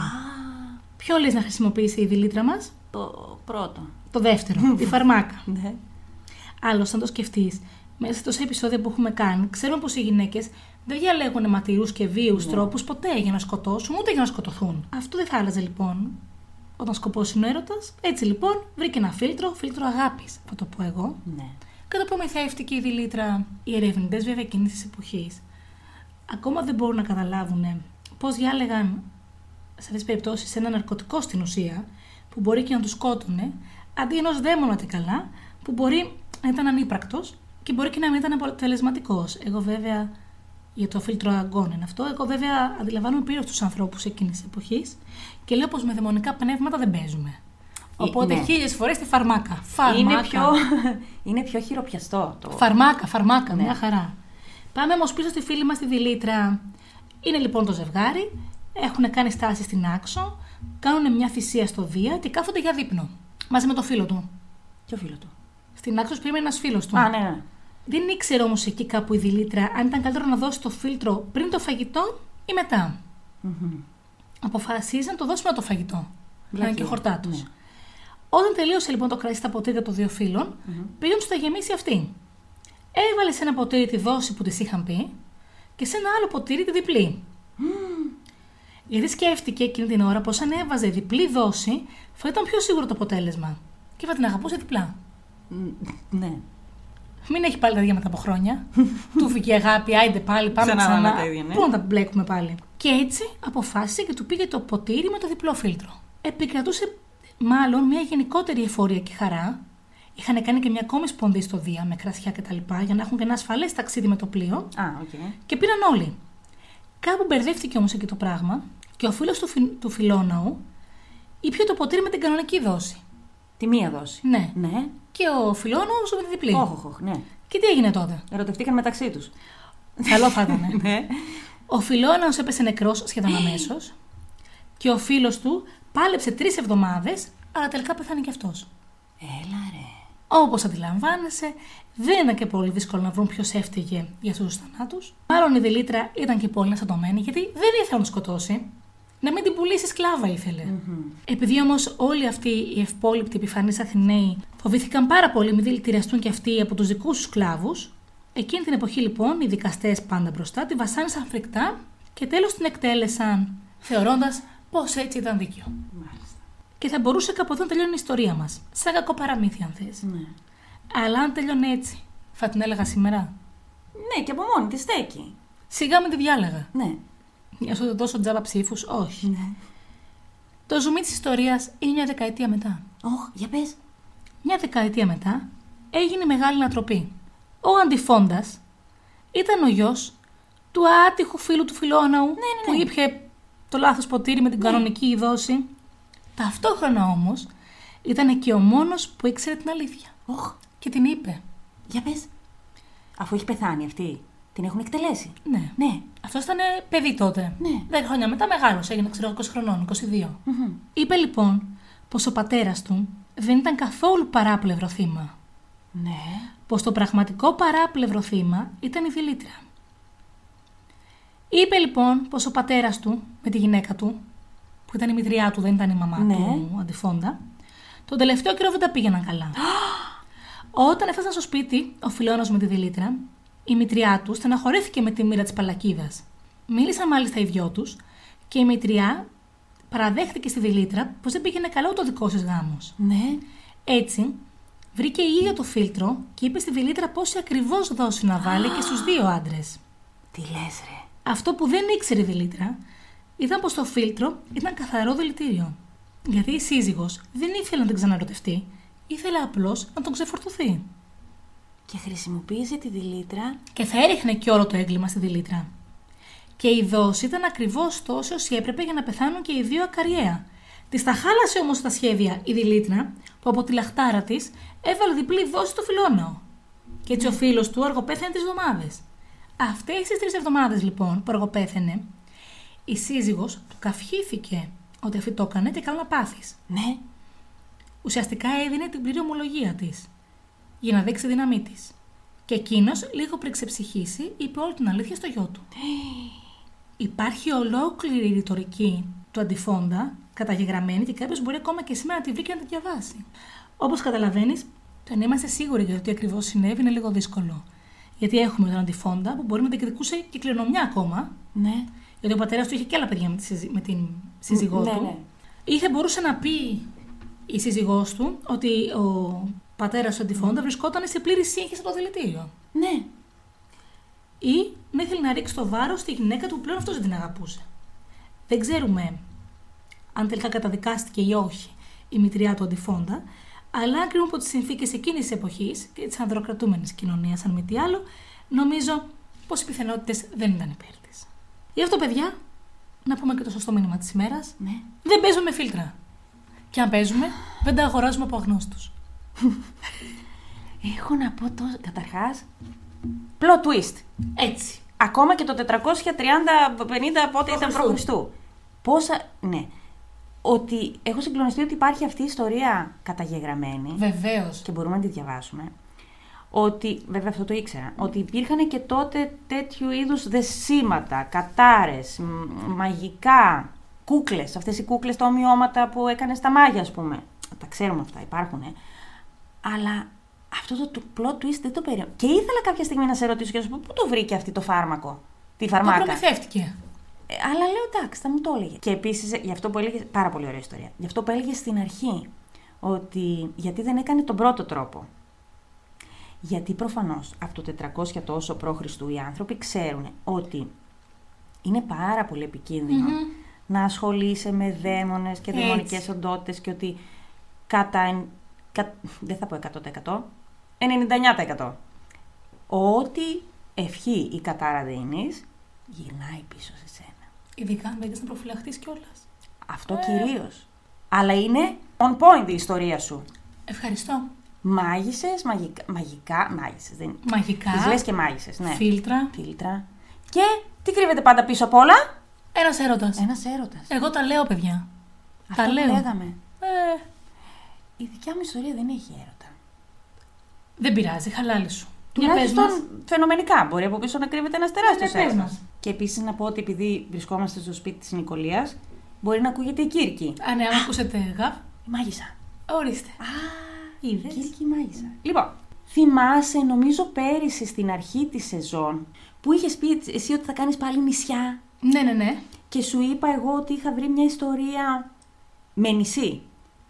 B: Ποιο λες να χρησιμοποιήσει η δηλήτρα μας,
A: το πρώτο.
B: το δεύτερο, τη φαρμάκα.
A: Ναι.
B: Άλλωστε, αν το σκεφτείς, μέσα σε τόσα επεισόδια που έχουμε κάνει, ξέρουμε πως οι γυναίκες δεν διαλέγουν ματιούς και βίου τρόπους τρόπους ποτέ για να σκοτώσουν ούτε για να σκοτωθούν. Αυτό δεν θα άλλαζε λοιπόν. Όταν σκοπό είναι ο έρωτας, έτσι λοιπόν βρήκε ένα φίλτρο, φίλτρο αγάπης, θα το πω εγώ,
A: Ναι.
B: και το προμηθεύτηκε η Δηλήτρα. Οι ερευνητές βέβαια εκείνη τη εποχής ακόμα δεν μπορούν να καταλάβουν πώς διάλεγαν σε αυτές τις περιπτώσεις ένα ναρκωτικό στην ουσία που μπορεί και να τους σκότωνε, αντί ενός δαίμονα τι καλά, που μπορεί να ήταν ανύπρακτος και μπορεί και να μην ήταν αποτελεσματικός. Εγώ βέβαια για το φίλτρο αγκών είναι αυτό. Εγώ βέβαια αντιλαμβάνομαι πλήρως τους ανθρώπους εκείνης της εποχής και λέω πως με δαιμονικά πνεύματα δεν παίζουμε. Οπότε
A: ναι.
B: χίλιες φορές τη φαρμάκα. φαρμάκα.
A: Είναι πιο, είναι πιο χειροπιαστό το.
B: Φαρμάκα, φαρμάκα,
A: Ναι.
B: μια χαρά. Πάμε όμως πίσω στη φίλη μας τη Δηλήτρα. Είναι λοιπόν το ζευγάρι, έχουν κάνει στάση στην άξο, κάνουν μια θυσία στο Δία και κάθονται για δείπνο. Μαζί με το φίλο του.
A: Ποιο φίλο του.
B: Στην άξο περίμενε ένας φίλος του.
A: Α, ναι, ναι.
B: Δεν ήξερε όμως εκεί κάπου η Δηλήτρα αν ήταν καλύτερο να δώσει το φίλτρο πριν το φαγητό ή μετά.
A: Μμμ.
B: Αποφασίζει να το δώσει μετά το φαγητό. Να
A: Βλακεία.
B: είναι και χορτάτο.
A: Ναι.
B: Όταν τελείωσε λοιπόν το κρασί στα ποτήρια των δύο φίλων, πήγε να τους τα γεμίσει αυτή. Έβαλε σε ένα ποτήρι τη δόση που της είχαν πει και σε ένα άλλο ποτήρι τη διπλή. Γιατί σκέφτηκε εκείνη την ώρα πως αν έβαζε διπλή δόση θα ήταν πιο σίγουρο το αποτέλεσμα. Και θα την αγαπούσε διπλά.
A: Ναι.
B: Μην έχει πάλι τα ίδια μετά από χρόνια. του βγήκε αγάπη, άιντε πάλι, πάμε
A: Ξανά
B: ξανά.
A: πάμε τα ίδια, ναι.
B: Πού να τα μπλέκουμε πάλι. Και έτσι αποφάσισε και του πήγε το ποτήρι με το διπλό φίλτρο. Επικρατούσε μάλλον μια γενικότερη εφορία και χαρά. Είχαν κάνει και μια ακόμη σπονδή στο Δία με κρασιά κτλ. για να έχουν και ένα ασφαλές ταξίδι με το πλοίο.
A: Α, οκ.
B: Και πήραν όλοι. Κάπου μπερδεύτηκε όμως εκεί το πράγμα και ο φίλος του, φι... του Φιλόναου ήπια το ποτήρι με την κανονική δόση.
A: Τη μία δόση.
B: Ναι.
A: Ναι.
B: Και ο Φιλόναος με τη διπλή.
A: Όχοχο, ναι.
B: Και τι έγινε τότε.
A: Ερωτευτήκαν μεταξύ τους.
B: Καλό θα ήταν. ε.
A: Ναι.
B: Ο Φιλόνα έπεσε νεκρός σχεδόν αμέσως. Και ο φίλος του πάλεψε τρεις εβδομάδες, αλλά τελικά πέθανε και αυτός.
A: Έλα ρε.
B: Όπως αντιλαμβάνεσαι, δεν ήταν και πολύ δύσκολο να βρουν ποιος έφταιγε για αυτούς τους θανάτους. Μάλλον η Δελίτρα ήταν και πολύ ενστατωμένη, γιατί δεν ήθελε να τον σκοτώσει. Να μην την πουλήσει σκλάβα ήθελε. Επειδή όμως όλοι αυτοί οι ευπόλοιπτοι επιφανείς Αθηναίοι φοβήθηκαν πάρα πολύ μην δηλητηριαστούν και αυτοί από τους δικούς τους σκλάβους, εκείνη την εποχή λοιπόν οι δικαστές πάντα μπροστά τη βασάνισαν φρικτά και τέλος την εκτέλεσαν, θεωρώντας πως έτσι ήταν δίκαιο.
A: Μάλιστα.
B: Και θα μπορούσε κάπου εδώ να τελειώνει η ιστορία μας. Σαν κακό παραμύθι, αν θες.
A: Ναι.
B: Αλλά αν τελειώνει έτσι, θα την έλεγα σήμερα.
A: Ναι, και από μόνη της στέκει.
B: Σιγά με τη διάλεγα.
A: Ναι.
B: Για να σου δώσω τζάμπα ψήφους, όχι.
A: Ναι.
B: Το ζουμί της ιστορίας είναι μια δεκαετία μετά.
A: Όχ, για πες.
B: Μια δεκαετία μετά έγινε η μεγάλη ανατροπή. Ο Αντιφώντα ήταν ο γιος του άτυχου φίλου του Φιλόναου
A: ναι, ναι.
B: που ήπια το λάθος ποτήρι με την κανονική δόση. Ταυτόχρονα όμως ήταν και ο μόνος που ήξερε την αλήθεια.
A: Όχ,
B: Και την είπε.
A: για πες. Αφού έχει πεθάνει αυτή, την έχουν εκτελέσει.
B: Ναι.
A: Ναι.
B: Αυτός ήταν παιδί τότε.
A: Ναι.
B: 10 χρόνια μετά μεγάλο, έγινε ξέρω 20 χρονών, 22. Είπε λοιπόν πως ο πατέρας του δεν ήταν καθόλου παράπλευρο θύμα.
A: Ναι.
B: Πως το πραγματικό παράπλευρο θύμα ήταν η δηλήτρια. Είπε λοιπόν πως ο πατέρας του με τη γυναίκα του, που ήταν η μητριά του, δεν ήταν η μαμά
A: Ναι.
B: του, αντιφώντα, τον τελευταίο καιρό δεν τα πήγαιναν καλά. Όταν έφτασαν στο σπίτι, ο φιλόνος με τη δηλήτρα, η μητριά του στεναχωρέθηκε με τη μοίρα της Παλακίδας. Μίλησαν μάλιστα οι δυο τους και η μητριά παραδέχτηκε στη δηλήτρα πως δεν πήγαινε καλά ούτε ο δικός της γάμος.
A: Ναι.
B: Έτσι, βρήκε η ίδια το φίλτρο και είπε στη Βελίτρα πόση ακριβώς δόση να βάλει και στους δύο άντρες.
A: Τι λες, ρε.
B: Αυτό που δεν ήξερε η Βελίτρα ήταν πως το φίλτρο ήταν καθαρό δηλητήριο. Γιατί η σύζυγος δεν ήθελε να τον ξαναρωτευτεί, ήθελε απλώς να τον ξεφορτωθεί.
A: Και χρησιμοποίησε τη δηλήτρα.
B: Και θα έριχνε και όλο το έγκλημα στη δηλήτρα. Και η δόση ήταν ακριβώς τόσο όσοι έπρεπε για να πεθάνουν και οι δύο ακαριέα. Της τα χάλασε όμως τα σχέδια η δηλήτρα, που από τη λαχτάρα της έβαλε διπλή δόση στο φιλόναο. Και έτσι ο φίλος του αργοπέθανε τις εβδομάδες. Αυτές τις τρεις εβδομάδες λοιπόν που αργοπέθαινε, η σύζυγος του καυχήθηκε ότι αυτή το έκανε και καλό να πάθει.
A: Ναι.
B: Ουσιαστικά έδινε την πλήρη ομολογία της για να δείξει τη δύναμή της. Και εκείνος, λίγο πριν ξεψυχήσει, είπε όλη την αλήθεια στο γιο του. Υπάρχει ολόκληρη η ρητορική του αντιφώντα, καταγεγραμμένη και κάποιος μπορεί ακόμα και σήμερα να τη βρει και να τη διαβάσει. Όπως καταλαβαίνεις, το να είμαστε σίγουροι για το τι ακριβώς συνέβη είναι λίγο δύσκολο. Γιατί έχουμε τον αντιφώντα που μπορεί να διεκδικούσε και κληρονομιά ακόμα,
A: Ναι.
B: γιατί ο πατέρας του είχε και άλλα παιδιά με, τη σύζυ- με την σύζυγό
A: Ναι,
B: του.
A: ναι.
B: Είχε μπορούσε να πει η σύζυγός του ότι ο πατέρας του αντιφώντα βρισκόταν σε πλήρη σύγχυση από το δηλητήριο.
A: Ναι.
B: Ή να ήθελε να ρίξει το βάρος στη γυναίκα του που πλέον αυτός δεν την αγαπούσε. Δεν ξέρουμε αν τελικά καταδικάστηκε ή όχι η μητριά του αντιφώντα, αλλά αν κρίνουμε από τις συνθήκες εκείνης της εποχής και της ανδροκρατούμενης κοινωνίας, αν μη τι άλλο, νομίζω πως οι πιθανότητες δεν ήταν υπέρ της. Γι' αυτό, παιδιά, να πούμε και το σωστό μήνυμα της ημέρας.
A: Ναι.
B: Δεν παίζουμε με φίλτρα. Και αν παίζουμε, δεν τα αγοράζουμε από αγνώστους.
A: Έχω να πω τόσο. Καταρχάς. Plot twist.
B: Έτσι.
A: Ακόμα και το 430-50 πότε ήταν προ
B: Χριστού.
A: Χριστού. Πόσα. Ναι. Ότι έχω συγκλονιστεί ότι υπάρχει αυτή η ιστορία καταγεγραμμένη
B: Βεβαίως.
A: και μπορούμε να τη διαβάσουμε. Ότι, βέβαια αυτό το ήξερα, ότι υπήρχαν και τότε τέτοιου είδους δεσίματα, κατάρες, μ, μαγικά, κούκλες, αυτές οι κούκλες, τα ομοιώματα που έκανες στα μάγια ας πούμε. Τα ξέρουμε αυτά, υπάρχουν. ε. Αλλά αυτό το του- plot twist δεν το περίμενα. Και ήθελα κάποια στιγμή να σε ρωτήσω και να σου πω πού το βρήκε αυτή το φάρμακο, τη
B: Το
A: φαρμάκα.
B: προμηθεύτηκε.
A: Ε, αλλά λέω εντάξει, θα μου το έλεγε. Και επίσης, γι' αυτό που έλεγες. Πάρα πολύ ωραία ιστορία. Γι' αυτό που έλεγες στην αρχή ότι γιατί δεν έκανε τον πρώτο τρόπο. Γιατί προφανώς από το 400 τόσο π.Χ. οι άνθρωποι ξέρουν ότι είναι πάρα πολύ επικίνδυνο
B: Μμμ.
A: να ασχολείσαι με δαίμονες και
B: Έτσι.
A: δαιμονικές οντότητες και ότι κατά, εν- κα- δεν θα πω 100%, 99%. Ό,τι ευχή η κατάρα δίνεις, γυρνάει πίσω σε σένα.
B: Ειδικά αν δεν έχεις να προφυλαχτείς κιόλας.
A: Αυτό
B: Ε.
A: κυρίως. Αλλά είναι on point η ιστορία σου.
B: Ευχαριστώ.
A: Μάγισσες, μαγικά, μαγικά μάγισσες. Δεν...
B: Μαγικά.
A: Τις λες και μάγισσες, ναι.
B: Φίλτρα.
A: Φίλτρα. Και τι κρύβεται πάντα πίσω απ' όλα.
B: Ένας έρωτας.
A: Ένας έρωτας.
B: Εγώ τα λέω, παιδιά.
A: Αυτό
B: τα
A: που
B: λέω.
A: λέγαμε.
B: Ε,
A: Η δικιά μου ιστορία δεν έχει έρωτα.
B: δεν πειράζει, χαλάλη σου. Για πες
A: Τουλάχιστον
B: μας.
A: φαινομενικά. Μπορεί από πίσω να κρύβεται ένας τεράστιο
B: Ναι, πες
A: έρωτας.
B: μας.
A: Και επίσης να πω ότι επειδή βρισκόμαστε στο σπίτι της Νικολίας, μπορεί να ακούγεται η Κύρκη.
B: Α, ναι, αν ακούσετε γαβ,
A: Η μάγισσα.
B: ορίστε.
A: Α,
B: Είδες.
A: Κύρκη η μάγισσα. Λοιπόν, θυμάσαι νομίζω πέρυσι στην αρχή της σεζόν που είχες πει εσύ ότι θα κάνεις πάλι νησιά
B: Ναι, ναι, ναι.
A: και σου είπα εγώ ότι είχα βρει μια ιστορία με νησί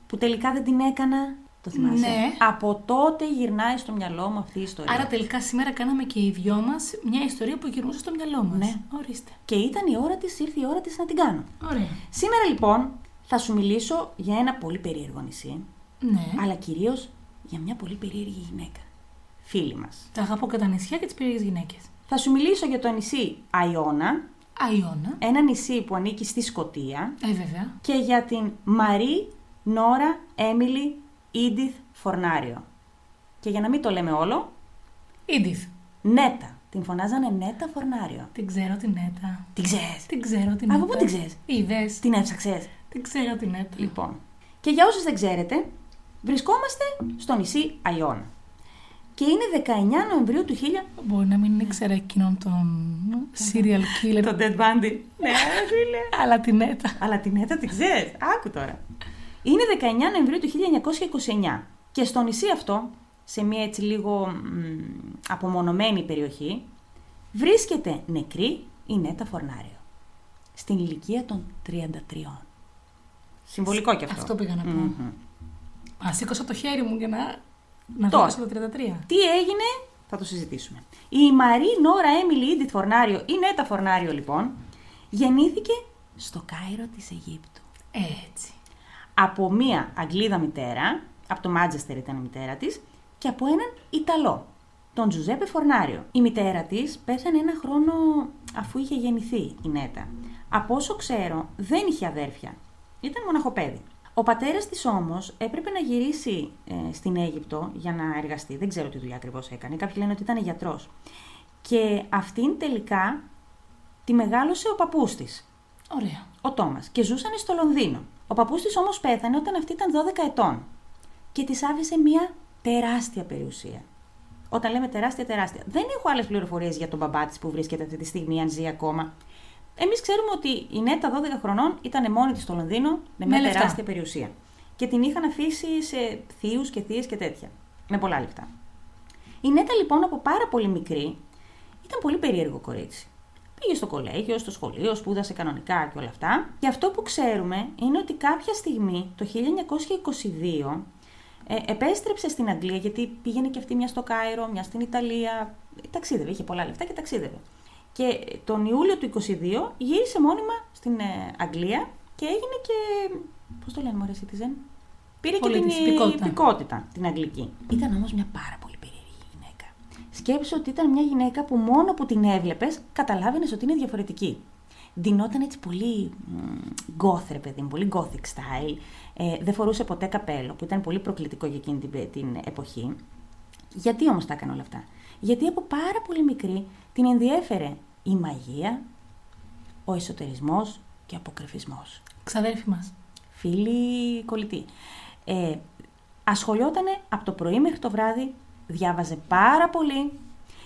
A: που τελικά δεν την έκανα. Το θυμάσαι.
B: Ναι.
A: Από τότε γυρνάει στο μυαλό μου αυτή η ιστορία.
B: Άρα τελικά σήμερα κάναμε και οι δυο μας μια ιστορία που γυρνούσε στο μυαλό μας.
A: Ναι.
B: Ορίστε.
A: Και ήταν η ώρα της, ήρθε η ώρα της να την κάνω.
B: Ωραία.
A: Σήμερα λοιπόν θα σου μιλήσω για ένα πολύ περίεργο νησί,
B: Ναι.
A: αλλά κυρίως για μια πολύ περίεργη γυναίκα. Φίλη μας.
B: Τα αγαπώ και τα νησιά και τις περίεργες γυναίκες.
A: Θα σου μιλήσω για το νησί Αϊώνα,
B: Αϊώνα.
A: ένα νησί που ανήκει στη Σκωτία
B: Ε, βέβαια.
A: και για την Μαρή, Νόρα, Έμιλι, Ίντιθ Φορνάριο. Και για να μην το λέμε όλο,
B: Ήντιθ.
A: Νέτα. Την φωνάζανε Νέτα Φορνάριο.
B: Την ξέρω την Έτα.
A: Την ξέρεις.
B: Την ξέρω την
A: Από
B: Έτα.
A: πού την ξέρεις?
B: Είδες.
A: Την έψαξες.
B: Την ξέρω την Έτα.
A: Λοιπόν, και για όσους δεν ξέρετε, βρισκόμαστε στο νησί Αϊώνα. Και είναι 19 Νοεμβρίου του 1000...
B: Μπορεί να μην ήξερα εκείνον τον serial killer.
A: Dead Bundy. ναι, φίλε.
B: αλλά την Έτα.
A: Αλλά την έτα την ξέρεις. Άκου τώρα. Είναι 19 Νοεμβρίου του 1929. Και στο νησί αυτό, σε μια έτσι λίγο μ, απομονωμένη περιοχή, βρίσκεται νεκρή η Νέτα Φορνάριο. Στην ηλικία των 33. Συμβολικό κι αυτό.
B: Αυτό πήγα να πω.
A: Μμμ.
B: Α, σήκωσα το χέρι μου για να. Να
A: Τώρα.
B: δώσω το 33.
A: Τι έγινε, θα το συζητήσουμε. Η Μαρή Νόρα Έμιλι Ίντιτ Φορνάριο, η Νέτα Φορνάριο λοιπόν, γεννήθηκε στο Κάιρο της Αιγύπτου.
B: Έτσι.
A: Από μία Αγγλίδα μητέρα, από το Μάντζεστερ ήταν η μητέρα της, και από έναν Ιταλό, τον Τζουζέπε Φορνάριο. Η μητέρα της πέθανε ένα χρόνο αφού είχε γεννηθεί η Νέτα. Από όσο ξέρω, δεν είχε αδέρφια. Ήταν μοναχοπέδι. Ο πατέρας της όμως έπρεπε να γυρίσει ε, στην Αίγυπτο για να εργαστεί. Δεν ξέρω τι δουλειά ακριβώς έκανε. Κάποιοι λένε ότι ήταν γιατρός. Και αυτήν τελικά τη μεγάλωσε ο παππούς της
B: Ωραία.
A: ο Τόμας και ζούσαν στο Λονδίνο. Ο παππούς της όμως πέθανε όταν αυτή ήταν 12 ετών και της άφησε μια τεράστια περιουσία. Όταν λέμε τεράστια, τεράστια. Δεν έχω άλλες πληροφορίες για τον μπαμπά της που βρίσκεται αυτή τη στιγμή, αν ζει ακόμα. Εμείς ξέρουμε ότι η Νέτα 12 χρονών ήταν μόνη της στο Λονδίνο με μια
B: Με λεφτά.
A: τεράστια περιουσία. Και την είχαν αφήσει σε θείους και θείες και τέτοια. Με πολλά λεφτά. Η Νέτα λοιπόν από πάρα πολύ μικρή ήταν πολύ περίεργο κορίτσι. Πήγε στο κολέγιο, στο σχολείο, σπούδασε κανονικά και όλα αυτά. Και αυτό που ξέρουμε είναι ότι κάποια στιγμή το 1922 ε, επέστρεψε στην Αγγλία γιατί πήγαινε και αυτή μια στο Κάιρο, μια στην Ιταλία. Ταξίδευε, είχε πολλά λεφτά και ταξίδευε. Και τον Ιούλιο του 22 γύρισε μόνιμα στην ε, Αγγλία και έγινε και. Πώς το λένε, Μωρέ, Citizen. Πήρε και την
B: Πολίτης, υπηκότητα.
A: υπηκότητα, την αγγλική. Ήταν όμως μια πάρα πολύ περίεργη γυναίκα. Σκέψου ότι ήταν μια γυναίκα που μόνο που την έβλεπες καταλάβαινες ότι είναι διαφορετική. Ντυνόταν έτσι πολύ μ, goth, ρε παιδί μου, πολύ gothic style. Ε, δεν φορούσε ποτέ καπέλο, που ήταν πολύ προκλητικό για εκείνη την, πε- την εποχή. Γιατί όμως τα έκανε όλα αυτά. Γιατί από πάρα πολύ μικρή την ενδιέφερε η μαγεία, ο εσωτερισμός και ο αποκρυφισμός.
B: Ξαδέρφη μας.
A: Φίλοι κολλητοί. Ε, ασχολιότανε από το πρωί μέχρι το βράδυ, διάβαζε πάρα πολύ,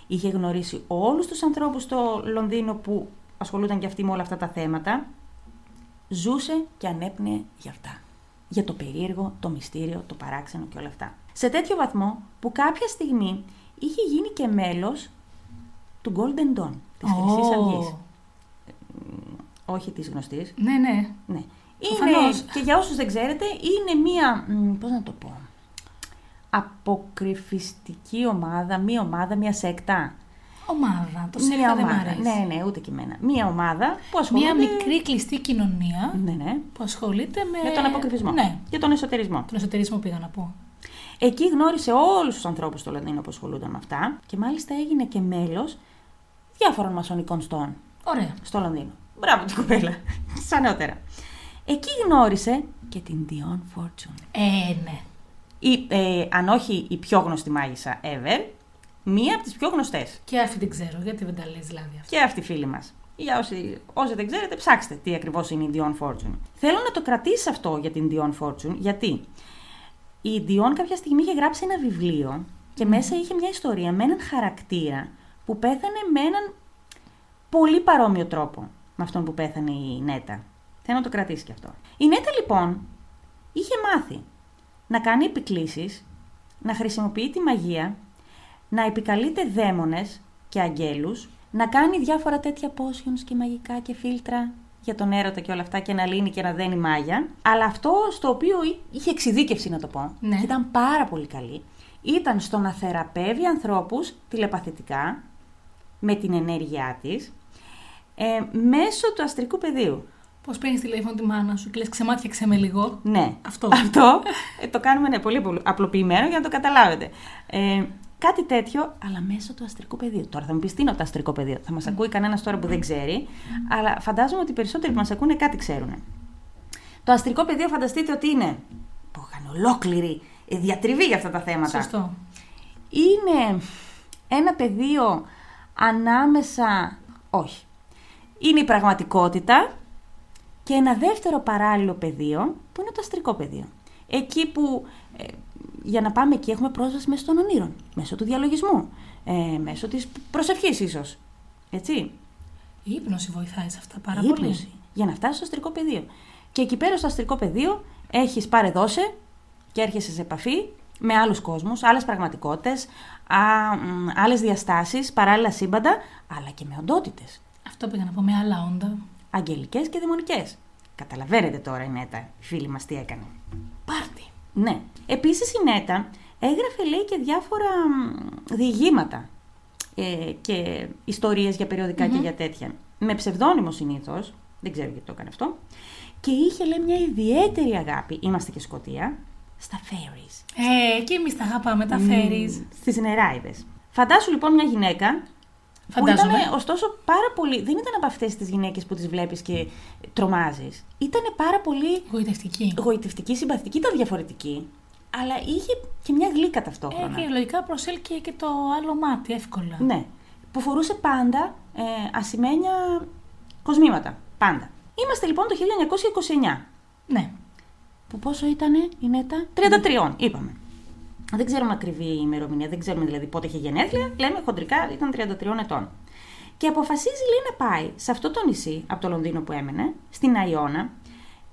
A: είχε γνωρίσει όλους τους ανθρώπους στο Λονδίνο που ασχολούνταν και αυτοί με όλα αυτά τα θέματα, ζούσε και ανέπνεε για αυτά. Για το περίεργο, το μυστήριο, το παράξενο και όλα αυτά. Σε τέτοιο βαθμό που κάποια στιγμή είχε γίνει και μέλος του Golden Dawn, της Χρυσής Αυγής. όχι της γνωστής.
B: Ναι, ναι.
A: Ναι.
B: Προφανώς.
A: Είναι, και για όσους δεν ξέρετε, είναι μία, μ, πώς να το πω, αποκρυφιστική ομάδα, μία ομάδα, μία σέκτα.
B: Ομάδα. Το
A: Μία
B: σύνθημα δεν μ'
A: ομάδα.
B: αρέσει.
A: Ναι, ναι, ούτε και εμένα. Μία ομάδα που ασχολείται...
B: Μια μικρή κλειστή κοινωνία
A: Ναι, ναι.
B: που ασχολείται με.
A: Με τον αποκρυφισμό.
B: Ναι.
A: Και τον εσωτερισμό.
B: Τον εσωτερισμό πήγα να πω.
A: Εκεί γνώρισε όλους τους ανθρώπους στο Λονδίνο που ασχολούνταν με αυτά και μάλιστα έγινε και μέλος διάφορων μασονικών στόχων.
B: Ωραία.
A: στο Λονδίνο. Μπράβο την κοπέλα. Σαν νεότερα. Εκεί γνώρισε και την Dion Fortune.
B: Ε, ναι.
A: Η, ε, αν όχι η πιο γνωστή μάγισσα ever, μία από τις πιο γνωστές.
B: Και αυτή την ξέρω, γιατί δεν τα λες δηλαδή αυτή.
A: Και αυτή η φίλη μας. Για όσοι, όσοι δεν ξέρετε, ψάξτε τι ακριβώς είναι η Dion Fortune. Θέλω να το κρατήσει αυτό για την Dion Fortune, γιατί η Dion κάποια στιγμή είχε γράψει ένα βιβλίο και μέσα είχε μια ιστορία με έναν χαρακτήρα που πέθανε με έναν πολύ παρόμοιο τρόπο με αυτόν που πέθανε η Νέτα. Θέλω να το κρατήσει και αυτό. Η Νέτα λοιπόν είχε μάθει να κάνει επικλήσεις, να χρησιμοποιεί τη μαγεία, να επικαλείται δαίμονες και αγγέλους, να κάνει διάφορα τέτοια potions και μαγικά και φίλτρα για τον έρωτα και όλα αυτά και να λύνει και να δένει μάγια. Αλλά αυτό στο οποίο εί- είχε εξειδίκευση να το πω,
B: Ναι.
A: και ήταν πάρα πολύ καλή, ήταν στο να θεραπεύει ανθρώπους τηλεπαθητικά με την ενέργειά της ε, μέσω του αστρικού πεδίου.
B: Πώς παίρνεις τηλέφωνο τη μάνα σου και λες ξεμάτια ξεμε λίγο.
A: Ναι.
B: Αυτό.
A: Αυτό ε, το κάνουμε ναι, πολύ πολύ απλοποιημένο για να το καταλάβετε. Ε, κάτι τέτοιο, αλλά μέσω του αστρικού πεδίου. Τώρα θα μου πεις τι είναι το αστρικό πεδίο. Θα μας ακούει κανένας τώρα που δεν ξέρει, αλλά φαντάζομαι ότι οι περισσότεροι που μας ακούνε κάτι ξέρουν. Το αστρικό πεδίο φανταστείτε ότι είναι. Που είχαν ολόκληρη ε, διατριβή για αυτά τα θέματα.
B: Σωστό.
A: Είναι ένα πεδίο ανάμεσα... Όχι. Είναι η πραγματικότητα και ένα δεύτερο παράλληλο πεδίο που είναι το αστρικό πεδίο. Εκεί που ε, για να πάμε εκεί έχουμε πρόσβαση μέσω των ονείρων, μέσω του διαλογισμού, ε, μέσω της προσευχής ίσως. Έτσι.
B: Η ύπνοση βοηθάει σε αυτά πάρα
A: Η
B: πολύ.
A: ύπνοση, Για να φτάσει στο αστρικό πεδίο. Και εκεί πέρα στο αστρικό πεδίο έχεις πάρε δώσε και έρχεσαι σε επαφή με άλλους κόσμους, άλλες πραγματικότητες, άλλες διαστάσεις, παράλληλα σύμπαντα, αλλά και με οντότητες.
B: Αυτό πήγα να πω με άλλα όντα.
A: Αγγελικές και δαιμονικές. Καταλαβαίνετε τώρα η Νέτα, η φίλη μας τι έκανε.
B: Πάρτι.
A: Ναι. Επίσης η Νέτα έγραφε λέει και διάφορα μ, διηγήματα ε, και ιστορίες για περιοδικα και
B: Μμμ.
A: για τέτοια. Με ψευδόνυμο συνήθως, δεν ξέρω γιατί το έκανε αυτό. Και είχε λέει μια ιδιαίτερη αγάπη, είμαστε και Σκωτία, στα fairies.
B: Ε, και εμείς τα αγαπάμε, τα φέρει.
A: Μμμ, Στις νεράιδες. Φαντάσου λοιπόν μια γυναίκα
B: Φαντάζομαι.
A: που ήταν ε, ωστόσο πάρα πολύ, δεν ήταν από αυτές τις γυναίκες που τις βλέπεις και τρομάζεις. Ήταν πάρα πολύ
B: Γοητευτική.
A: γοητευτική, συμπαθητική, ήταν διαφορετική. Αλλά είχε και μια γλύκα ταυτόχρονα.
B: Ε, και λογικά προσέλκυε και το άλλο μάτι εύκολα.
A: Ναι. Που φορούσε πάντα ε, ασημένια κοσμήματα. Πάντα. Είμαστε λοιπόν το 1929.
B: ναι.
A: Που πόσο ήταν η Νέτα? 33, είπαμε. Δεν ξέρουμε ακριβή ημερομηνία, δεν ξέρουμε δηλαδή πότε είχε γενέθλια. Λέμε χοντρικά ήταν 33 ετών. Και αποφασίζει λέει να πάει σε αυτό το νησί από το Λονδίνο που έμενε, στην Αϊόνα.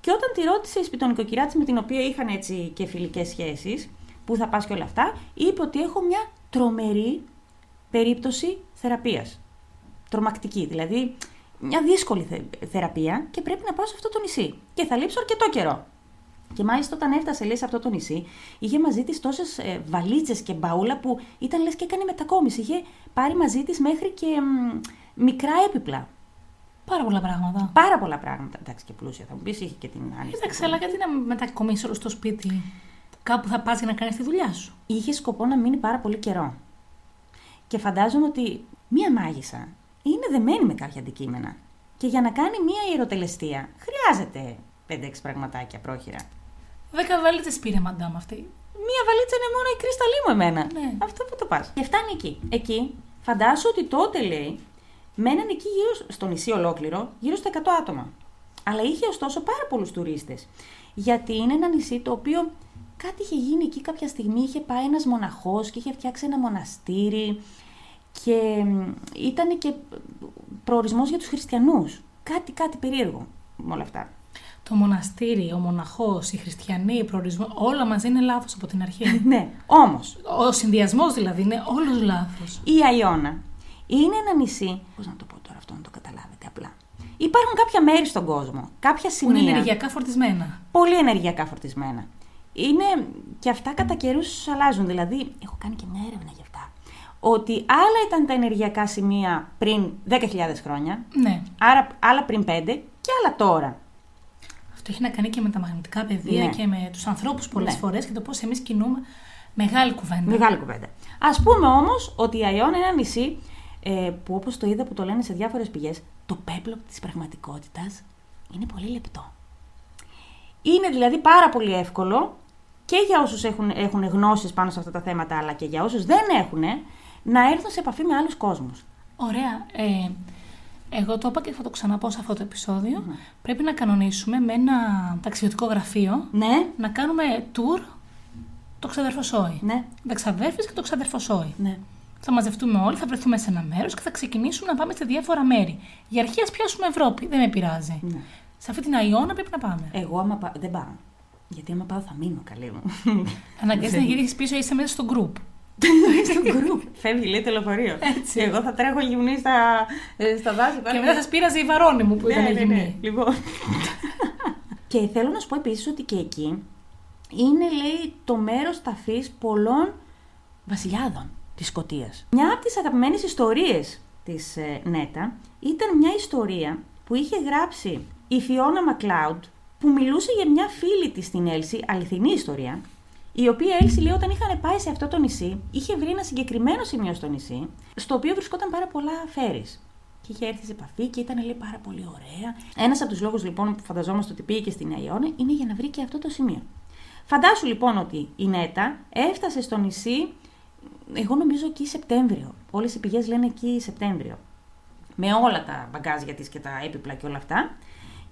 A: Και όταν τη ρώτησε η σπιτονικοκυρά τη με την οποία είχαν έτσι και φιλικές σχέσεις, που θα πας και όλα αυτά, είπε ότι έχω μια τρομερή περίπτωση θεραπείας. Τρομακτική, δηλαδή μια δύσκολη θε- θεραπεία και πρέπει να πάω σε αυτό το νησί. Και θα λείψω αρκετό καιρό. Και μάλιστα όταν έφτασε λέει σε αυτό το νησί, είχε μαζί της τόσες ε, βαλίτσες και μπαούλα που ήταν λες και έκανε μετακόμιση. Είχε πάρει μαζί της μέχρι και μ, μικρά έπιπλα.
B: Πάρα πολλά πράγματα.
A: Πάρα πολλά πράγματα. Εντάξει, και πλούσια θα μου πεις, είχε και την άλλη.
B: Κοίταξε, αλλά γιατί να μετακομίσει όλο στο σπίτι. Κάπου θα πας για να κάνεις τη δουλειά σου.
A: Είχε σκοπό να μείνει πάρα πολύ καιρό. Και φαντάζομαι ότι μία μάγισσα είναι δεμένη με κάποια αντικείμενα. Και για να κάνει μία ιεροτελεστία χρειάζεται 5-6 πραγματάκια πρόχειρα.
B: Δέκα βαλίτσες πήρε μαντάμ αυτή.
A: Μία βαλίτσα είναι μόνο η κρυσταλλή μου εμένα.
B: Ναι.
A: Αυτό που το πας. Και φτάνει εκεί. Εκεί, φαντάσου ότι τότε λέει, μέναν εκεί γύρω σ- στο νησί ολόκληρο, γύρω στα 100 άτομα. Αλλά είχε ωστόσο πάρα πολλούς τουρίστες. Γιατί είναι ένα νησί το οποίο κάτι είχε γίνει εκεί κάποια στιγμή. Είχε πάει ένας μοναχός και είχε φτιάξει ένα μοναστήρι. Και μ, ήταν και προορισμός για τους χριστιανούς. Κάτι, κάτι περίεργο με όλα αυτά.
B: Το μοναστήρι, ο μοναχός, οι χριστιανοί, οι προορισμοί, όλα μαζί είναι λάθος από την αρχή.
A: ναι, όμως
B: ο συνδυασμός δηλαδή είναι όλος λάθος.
A: Η Αϊώνα είναι ένα νησί. Πώς να το πω τώρα αυτό, να το καταλάβετε απλά. Υπάρχουν κάποια μέρη στον κόσμο, κάποια
B: που είναι
A: σημεία.
B: ενεργειακά φορτισμένα.
A: Πολύ ενεργειακά φορτισμένα. Είναι και αυτά κατά καιρούς αλλάζουν. Δηλαδή, έχω κάνει και μια έρευνα γι' αυτά. Ότι άλλα ήταν τα ενεργειακά σημεία πριν 10.000 χρόνια,
B: Ναι.
A: άρα άλλα πριν 5 και άλλα τώρα.
B: Αυτό έχει να κάνει και με τα μαγνητικά πεδία
A: Ναι.
B: και με τους ανθρώπους πολλές
A: Ναι.
B: φορές και το πώς εμείς κινούμε. Μεγάλη κουβέντα.
A: Μεγάλη κουβέντα. Ας πούμε όμως ότι η Αϊόν είναι ένα νησί ε, που όπως το είδα που το λένε σε διάφορες πηγές, το πέπλο της πραγματικότητας είναι πολύ λεπτό. Είναι δηλαδή πάρα πολύ εύκολο και για όσους έχουν, έχουν γνώσεις πάνω σε αυτά τα θέματα, αλλά και για όσους δεν έχουν, να έρθουν σε επαφή με άλλους κόσμους.
B: Ωραία. Ε, εγώ το είπα και θα το ξαναπώ σε αυτό το επεισοδιο
A: Ναι.
B: Πρέπει να κανονίσουμε με ένα ταξιδιωτικό γραφείο
A: Ναι,
B: να κάνουμε tour το ξαδερφοσόι.
A: ναι,
B: Τα ξαδέρφες και το ξαδερφοσόι.
A: ναι.
B: Θα μαζευτούμε όλοι, θα βρεθούμε σε ένα μέρος και θα ξεκινήσουμε να πάμε σε διάφορα μέρη. Για αρχή, ας πιάσουμε Ευρώπη. Δεν με πειράζει.
A: ναι. Ε,
B: Σε αυτή την Αϊόνα πρέπει να πάμε.
A: Εγώ άμα πάω, δεν πάω. Γιατί άμα πάω θα μείνω καλή μου.
B: Αναγκάζεται να
A: ναι.
B: γυρίσεις πίσω, είσαι μέσα στο group.
A: Στον γκρουπ. Φεύγει λέει το λεωφορείο.
B: Έτσι.
A: Εγώ θα τρέχω γυμνή στα, ε, στα δάση. πάνω
B: Και μετά σα πείραζε η βαρόνη μου που
A: Ναι,
B: ήταν
A: ναι,
B: γυμνή.
A: ναι, λοιπόν. και θέλω να σου πω επίσης ότι και εκεί είναι, λέει, το μέρος ταφής πολλών βασιλιάδων της Σκωτίας. Μια από τις αγαπημένες ιστορίες της ε, Νέτα ήταν μια ιστορία που είχε γράψει η Φιώνα Μακλάουντ που μιλούσε για μια φίλη της στην Έλση, αληθινή ιστορία, η οποία Έλση λέει όταν είχαν πάει σε αυτό το νησί, είχε βρει ένα συγκεκριμένο σημείο στο νησί, στο οποίο βρισκόταν πάρα πολλά φέρεις. Και είχε έρθει σε επαφή και ήταν λέει, πάρα πολύ ωραία. Ένας από τους λόγους λοιπόν που φανταζόμαστε ότι πήγε και στην Αιώνη είναι για να βρει και αυτό το σημείο. Φαντάσου λοιπόν ότι η Νέτα έφτασε στο νησί, εγώ νομίζω εκεί Σεπτέμβριο. Όλες οι πηγές λένε εκεί Σεπτέμβριο. Με όλα τα μπαγκάζια της και τα έπιπλα και όλα αυτά.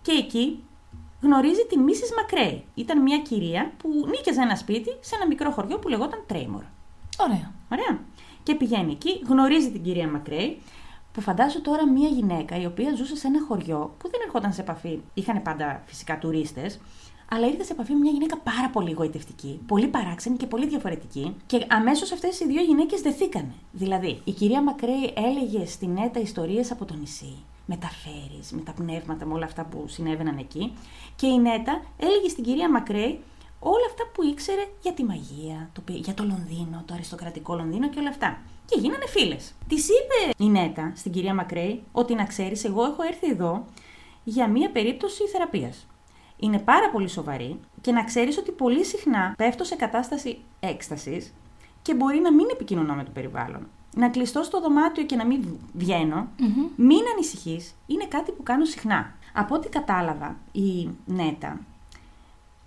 A: Και εκεί γνωρίζει τη Μίσης Μακρέη. Ήταν μια κυρία που νίκιαζε ένα σπίτι σε ένα μικρό χωριό που λεγόταν Τρέιμορ.
B: Ωραία.
A: Ωραία. Και πηγαίνει εκεί, γνωρίζει την κυρία Μακρέη, που φαντάζω τώρα μία γυναίκα η οποία ζούσε σε ένα χωριό που δεν ερχόταν σε επαφή. Είχαν πάντα φυσικά τουρίστες, αλλά ήρθε σε επαφή με μια γυναίκα πάρα πολύ γοητευτική, πολύ παράξενη και πολύ διαφορετική. Και αμέσως αυτές οι δύο γυναίκες δεθήκανε. Δηλαδή, η κυρία Μακρέη έλεγε στην ΕΤΑ ιστορίες από το νησί. Με τα φέρεις, με τα πνεύματα, με όλα αυτά που συνέβαιναν εκεί. Και η Νέτα έλεγε στην κυρία Μακρέη όλα αυτά που ήξερε για τη μαγεία, το, πε- για το Λονδίνο, το αριστοκρατικό Λονδίνο και όλα αυτά. Και γίνανε φίλες. Της είπε η Νέτα στην κυρία Μακρέη ότι να ξέρεις, εγώ έχω έρθει εδώ για μία περίπτωση θεραπείας. Είναι πάρα πολύ σοβαρή και να ξέρεις ότι πολύ συχνά πέφτω σε κατάσταση έκστασης και μπορεί να μην επικοινωνώ με το περιβάλλον. Να κλειστώ στο δωμάτιο και να μην βγ- βγαίνω
B: Μμμ.
A: μην ανησυχείς, είναι κάτι που κάνω συχνά. Από ό,τι κατάλαβα, η Νέτα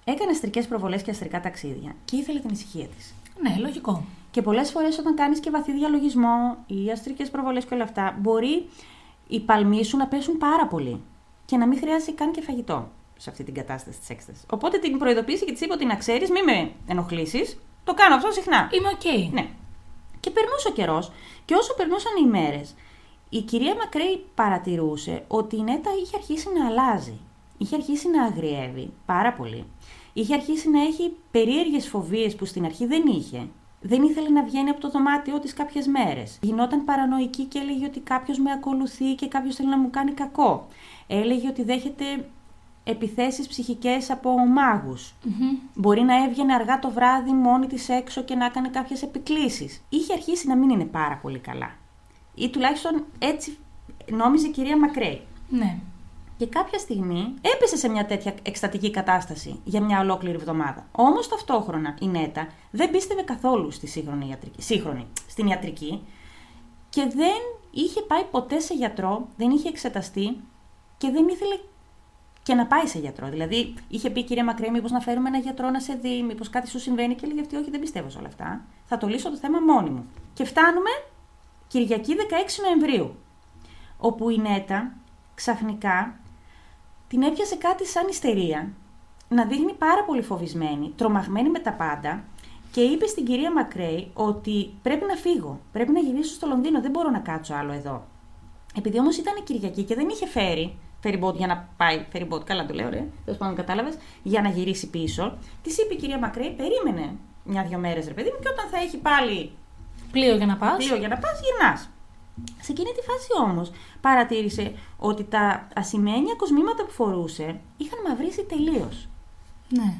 A: έκανε αστρικές προβολές και αστρικά ταξίδια και ήθελε την ησυχία της.
B: Ναι, λογικό.
A: Και πολλές φορές, όταν κάνεις και βαθύ διαλογισμό, οι αστρικές προβολές και όλα αυτά, μπορεί οι παλμοί σου να πέσουν πάρα πολύ και να μην χρειάζεται καν και φαγητό σε αυτή την κατάσταση της έκστασης. Οπότε την προειδοποίησε και της είπε ότι να ξέρεις, μην με ενοχλήσεις. Το κάνω αυτό συχνά.
B: Είμαι οκ.
A: Ναι. Και περνούσε ο καιρός, και όσο περνούσαν οι μέρες, η κυρία Μακρέη παρατηρούσε ότι η Νέτα είχε αρχίσει να αλλάζει. Είχε αρχίσει να αγριεύει πάρα πολύ. Είχε αρχίσει να έχει περίεργες φοβίες που στην αρχή δεν είχε. Δεν ήθελε να βγαίνει από το δωμάτιό της κάποιες μέρες. Γινόταν παρανοϊκή και έλεγε ότι κάποιος με ακολουθεί και κάποιος θέλει να μου κάνει κακό. Έλεγε ότι δέχεται επιθέσεις ψυχικές από μάγους.
B: Μμμ.
A: Μπορεί να έβγαινε αργά το βράδυ μόνη της έξω και να έκανε κάποιες επικλήσεις. Είχε αρχίσει να μην είναι πάρα πολύ καλά. Ή τουλάχιστον έτσι νόμιζε η κυρία Μακρέη.
B: Ναι.
A: Και κάποια στιγμή έπεσε σε μια τέτοια εκστατική κατάσταση για μια ολόκληρη εβδομάδα. Όμως ταυτόχρονα η Νέτα δεν πίστευε καθόλου στη σύγχρονη ιατρική, σύγχρονη, στην ιατρική και δεν είχε πάει ποτέ σε γιατρό, δεν είχε εξεταστεί και δεν ήθελε και να πάει σε γιατρό. Δηλαδή είχε πει η κυρία Μακρέ, μήπως να φέρουμε ένα γιατρό να σε δει, μήπως κάτι σου συμβαίνει και έλεγε αυτή, Όχι, δεν πιστεύω σε όλα αυτά. Θα το λύσω το θέμα μόνη μου. Και φτάνουμε Κυριακή 16 Νοεμβρίου, όπου η Νέτα ξαφνικά την έπιασε κάτι σαν ιστερία, να δείχνει πάρα πολύ φοβισμένη, τρομαγμένη με τα πάντα και είπε στην κυρία Μακρέη ότι πρέπει να φύγω, πρέπει να γυρίσω στο Λονδίνο, δεν μπορώ να κάτσω άλλο εδώ. Επειδή όμως ήταν Κυριακή και δεν είχε φέρει φεριμπότ για να πάει, φεριμπότ, καλά το λέω, ρε, τέλος πάντων κατάλαβες, για να γυρίσει πίσω, της είπε η κυρία Μακρέη, περίμενε μια-δυο μέρες, ρε παιδί μου, και όταν θα έχει πάλι
B: Πλοίο για να πας.
A: πλοίο για να πας, γυρνάς. Σε εκείνη τη φάση όμως παρατήρησε ότι τα ασημένια κοσμήματα που φορούσε είχαν μαυρίσει τελείως.
B: Ναι.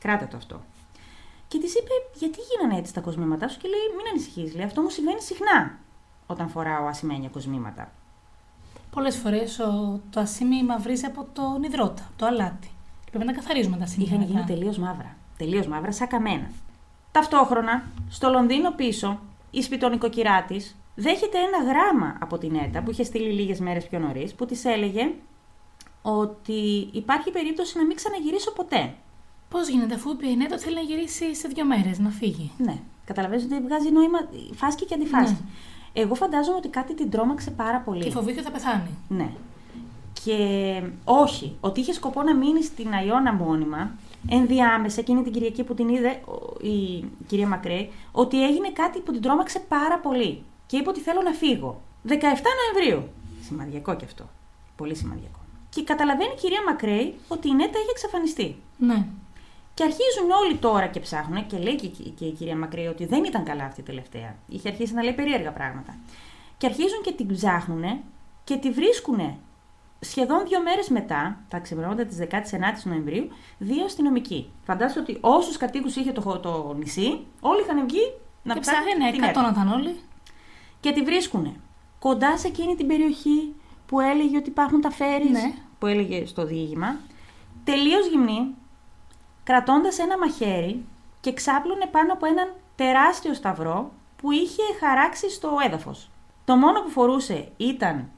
A: Κράτα το αυτό. Και της είπε: Γιατί γίνανε έτσι τα κοσμήματά σου, και λέει: Μην ανησυχείς, λέει. Αυτό μου συμβαίνει συχνά όταν φοράω ασημένια κοσμήματα.
B: Πολλές φορές το ασίμι μαυρίζει από τον υδρότα, το αλάτι. Και πρέπει να καθαρίζουμε τα ασίμια.
A: Είχαν γίνει
B: αυτά.
A: τελείως μαύρα. Τελείως μαύρα, σαν καμένα. Ταυτόχρονα, στο Λονδίνο πίσω, η σπιτονικοκυρά της δέχεται ένα γράμμα από την ΕΤΑ που είχε στείλει λίγες μέρες πιο νωρίς, που της έλεγε ότι υπάρχει περίπτωση να μην ξαναγυρίσω ποτέ.
B: Πώς γίνεται, αφού είπε ναι, το θέλει να γυρίσει σε δύο μέρες, να φύγει.
A: Ναι, καταλαβαίνεις ότι βγάζει νόημα φάσκη και αντιφάσκη.
B: Ναι.
A: Εγώ φαντάζομαι ότι κάτι την τρόμαξε πάρα πολύ.
B: Και φοβήθηκε ότι θα πεθάνει.
A: Ναι. Και όχι, ότι είχε σκοπό να μείνει στην Αϊώνα μόνιμα, ενδιάμεσα εκείνη την Κυριακή που την είδε ο- η κυρία Μακρέ, ότι έγινε κάτι που την τρόμαξε πάρα πολύ. Και είπε ότι θέλω να φύγω. 17 Νοεμβρίου. Σημαδιακό κι αυτό. Πολύ σημαδιακό. Και καταλαβαίνει η κυρία Μακρέη ότι η Νέτα είχε εξαφανιστεί.
B: Ναι.
A: Και αρχίζουν όλοι τώρα και ψάχνουν και λέει και, η- και η κυρία Μακρύ ότι δεν ήταν καλά αυτή η τελευταία. Είχε αρχίσει να λέει περίεργα πράγματα. Και αρχίζουν και την ψάχνουν και τη βρίσκουν σχεδόν δύο μέρες μετά, τα ξημερώματα της 19ης Νοεμβρίου, δύο αστυνομικοί. Φαντάζομαι ότι όσους κατοίκους είχε το, χω- το νησί, όλοι είχαν βγει να
B: και
A: ψάχνουν
B: ψάχνει, ναι,
A: την Εύα.
B: 100 να ήταν όλοι.
A: Και τη βρίσκουν κοντά σε εκείνη την περιοχή που έλεγε ότι υπάρχουν τα φέρις,
B: Ναι.
A: που έλεγε στο διήγημα, τελείως γυμνή, κρατώντας ένα μαχαίρι και ξάπλωνε πάνω από έναν τεράστιο σταυρό που είχε χαράξει στο έδαφος. Το μόνο που φορούσε ήταν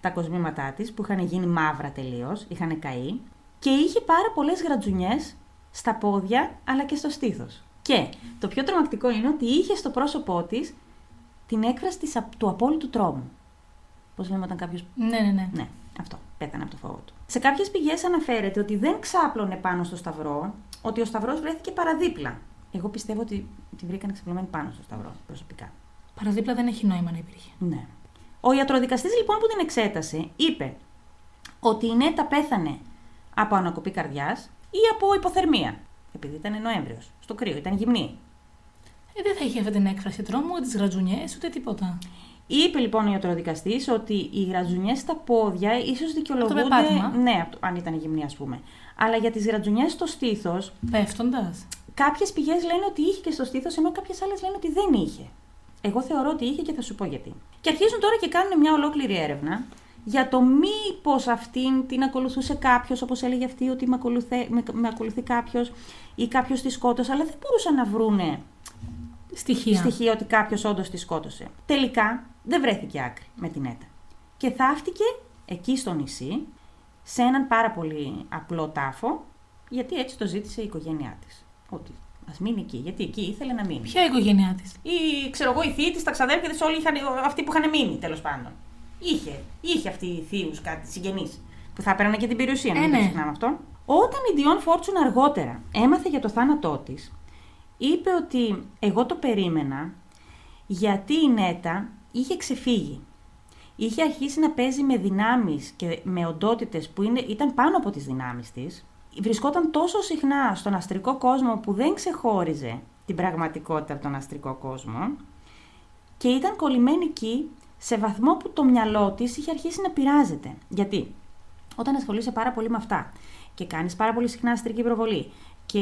A: τα κοσμήματά της που είχαν γίνει μαύρα τελείως, είχαν καεί και είχε πάρα πολλές γρατζουνιές στα πόδια αλλά και στο στήθος. Και το πιο τρομακτικό είναι ότι είχε στο πρόσωπό της την έκφραση της, απ- του απόλυτου τρόμου. Πώς λέμε όταν κάποιος
B: Ναι, ναι, ναι.
A: ναι, αυτό. Πέθανε από το φόβο του. Σε κάποιες πηγές αναφέρεται ότι δεν ξάπλωνε πάνω στο σταυρό, ότι ο σταυρός βρέθηκε παραδίπλα. Εγώ πιστεύω ότι τη βρήκαν ξαπλωμένη πάνω στο σταυρό, προσωπικά.
B: Παραδίπλα δεν έχει νόημα να υπήρχε.
A: Ναι. Ο ιατροδικαστής λοιπόν που την εξέτασε είπε ότι η Νέτα πέθανε από ανακοπή καρδιάς ή από υποθερμία. Επειδή ήταν Νοέμβριος, στο κρύο, ήταν γυμνή.
B: Ε, δεν θα είχε αυτή την έκφραση τρόμου, ούτε τις γρατζουνιές, ούτε τίποτα.
A: Είπε λοιπόν ο ιατροδικαστής ότι οι γρατζουνιές στα πόδια ίσως δικαιολογούνται.
B: πεπάτημα.
A: ναι, απ' το- αν ήταν γυμνή, ας πούμε. Αλλά για τις γρατζουνιές στο στήθος,
B: Πέφτοντας.
A: κάποιες πηγές λένε ότι είχε και στο στήθος, ενώ κάποιες άλλες λένε ότι δεν είχε. Εγώ θεωρώ ότι είχε και θα σου πω γιατί. Και αρχίζουν τώρα και κάνουν μια ολόκληρη έρευνα για το μήπως αυτήν την ακολουθούσε κάποιος, όπως έλεγε αυτή, ότι με, ακολουθέ, με, με ακολουθεί κάποιος ή κάποιος τη σκότωσε, αλλά δεν μπορούσαν να βρούνε
B: Στοιχεία.
A: στοιχείο ότι κάποιος όντως τη σκότωσε. Τελικά δεν βρέθηκε άκρη με την ΕΤΑ. Και θαύτηκε εκεί στο νησί, σε έναν πάρα πολύ απλό τάφο, γιατί έτσι το ζήτησε η οικογένειά της. Ότι ας μείνει εκεί, γιατί εκεί ήθελε να μείνει.
B: Ποια η οικογένειά της.
A: Ή ξέρω εγώ, οι θείοι της, τα ξαδέρφια της, όλοι είχαν, αυτοί που είχαν μείνει τέλος πάντων. Είχε, είχε αυτοί οι θείους κάτι συγγενείς που θα έπαιρναν και την περιουσία, να
B: Ε,
A: μην το
B: ναι.
A: ξεχνάμε αυτό. Όταν η Dion Fortune αργότερα έμαθε για το θάνατό της, είπε ότι εγώ το περίμενα γιατί η Νέτα είχε ξεφύγει. Είχε αρχίσει να παίζει με δυνάμεις και με οντότητες που είναι, ήταν πάνω από τις δυνάμεις της. Βρισκόταν τόσο συχνά στον αστρικό κόσμο που δεν ξεχώριζε την πραγματικότητα από τον αστρικό κόσμο και ήταν κολλημένη εκεί σε βαθμό που το μυαλό της είχε αρχίσει να πειράζεται. Γιατί όταν ασχολείσαι πάρα πολύ με αυτά και κάνεις πάρα πολύ συχνά αστρική προβολή και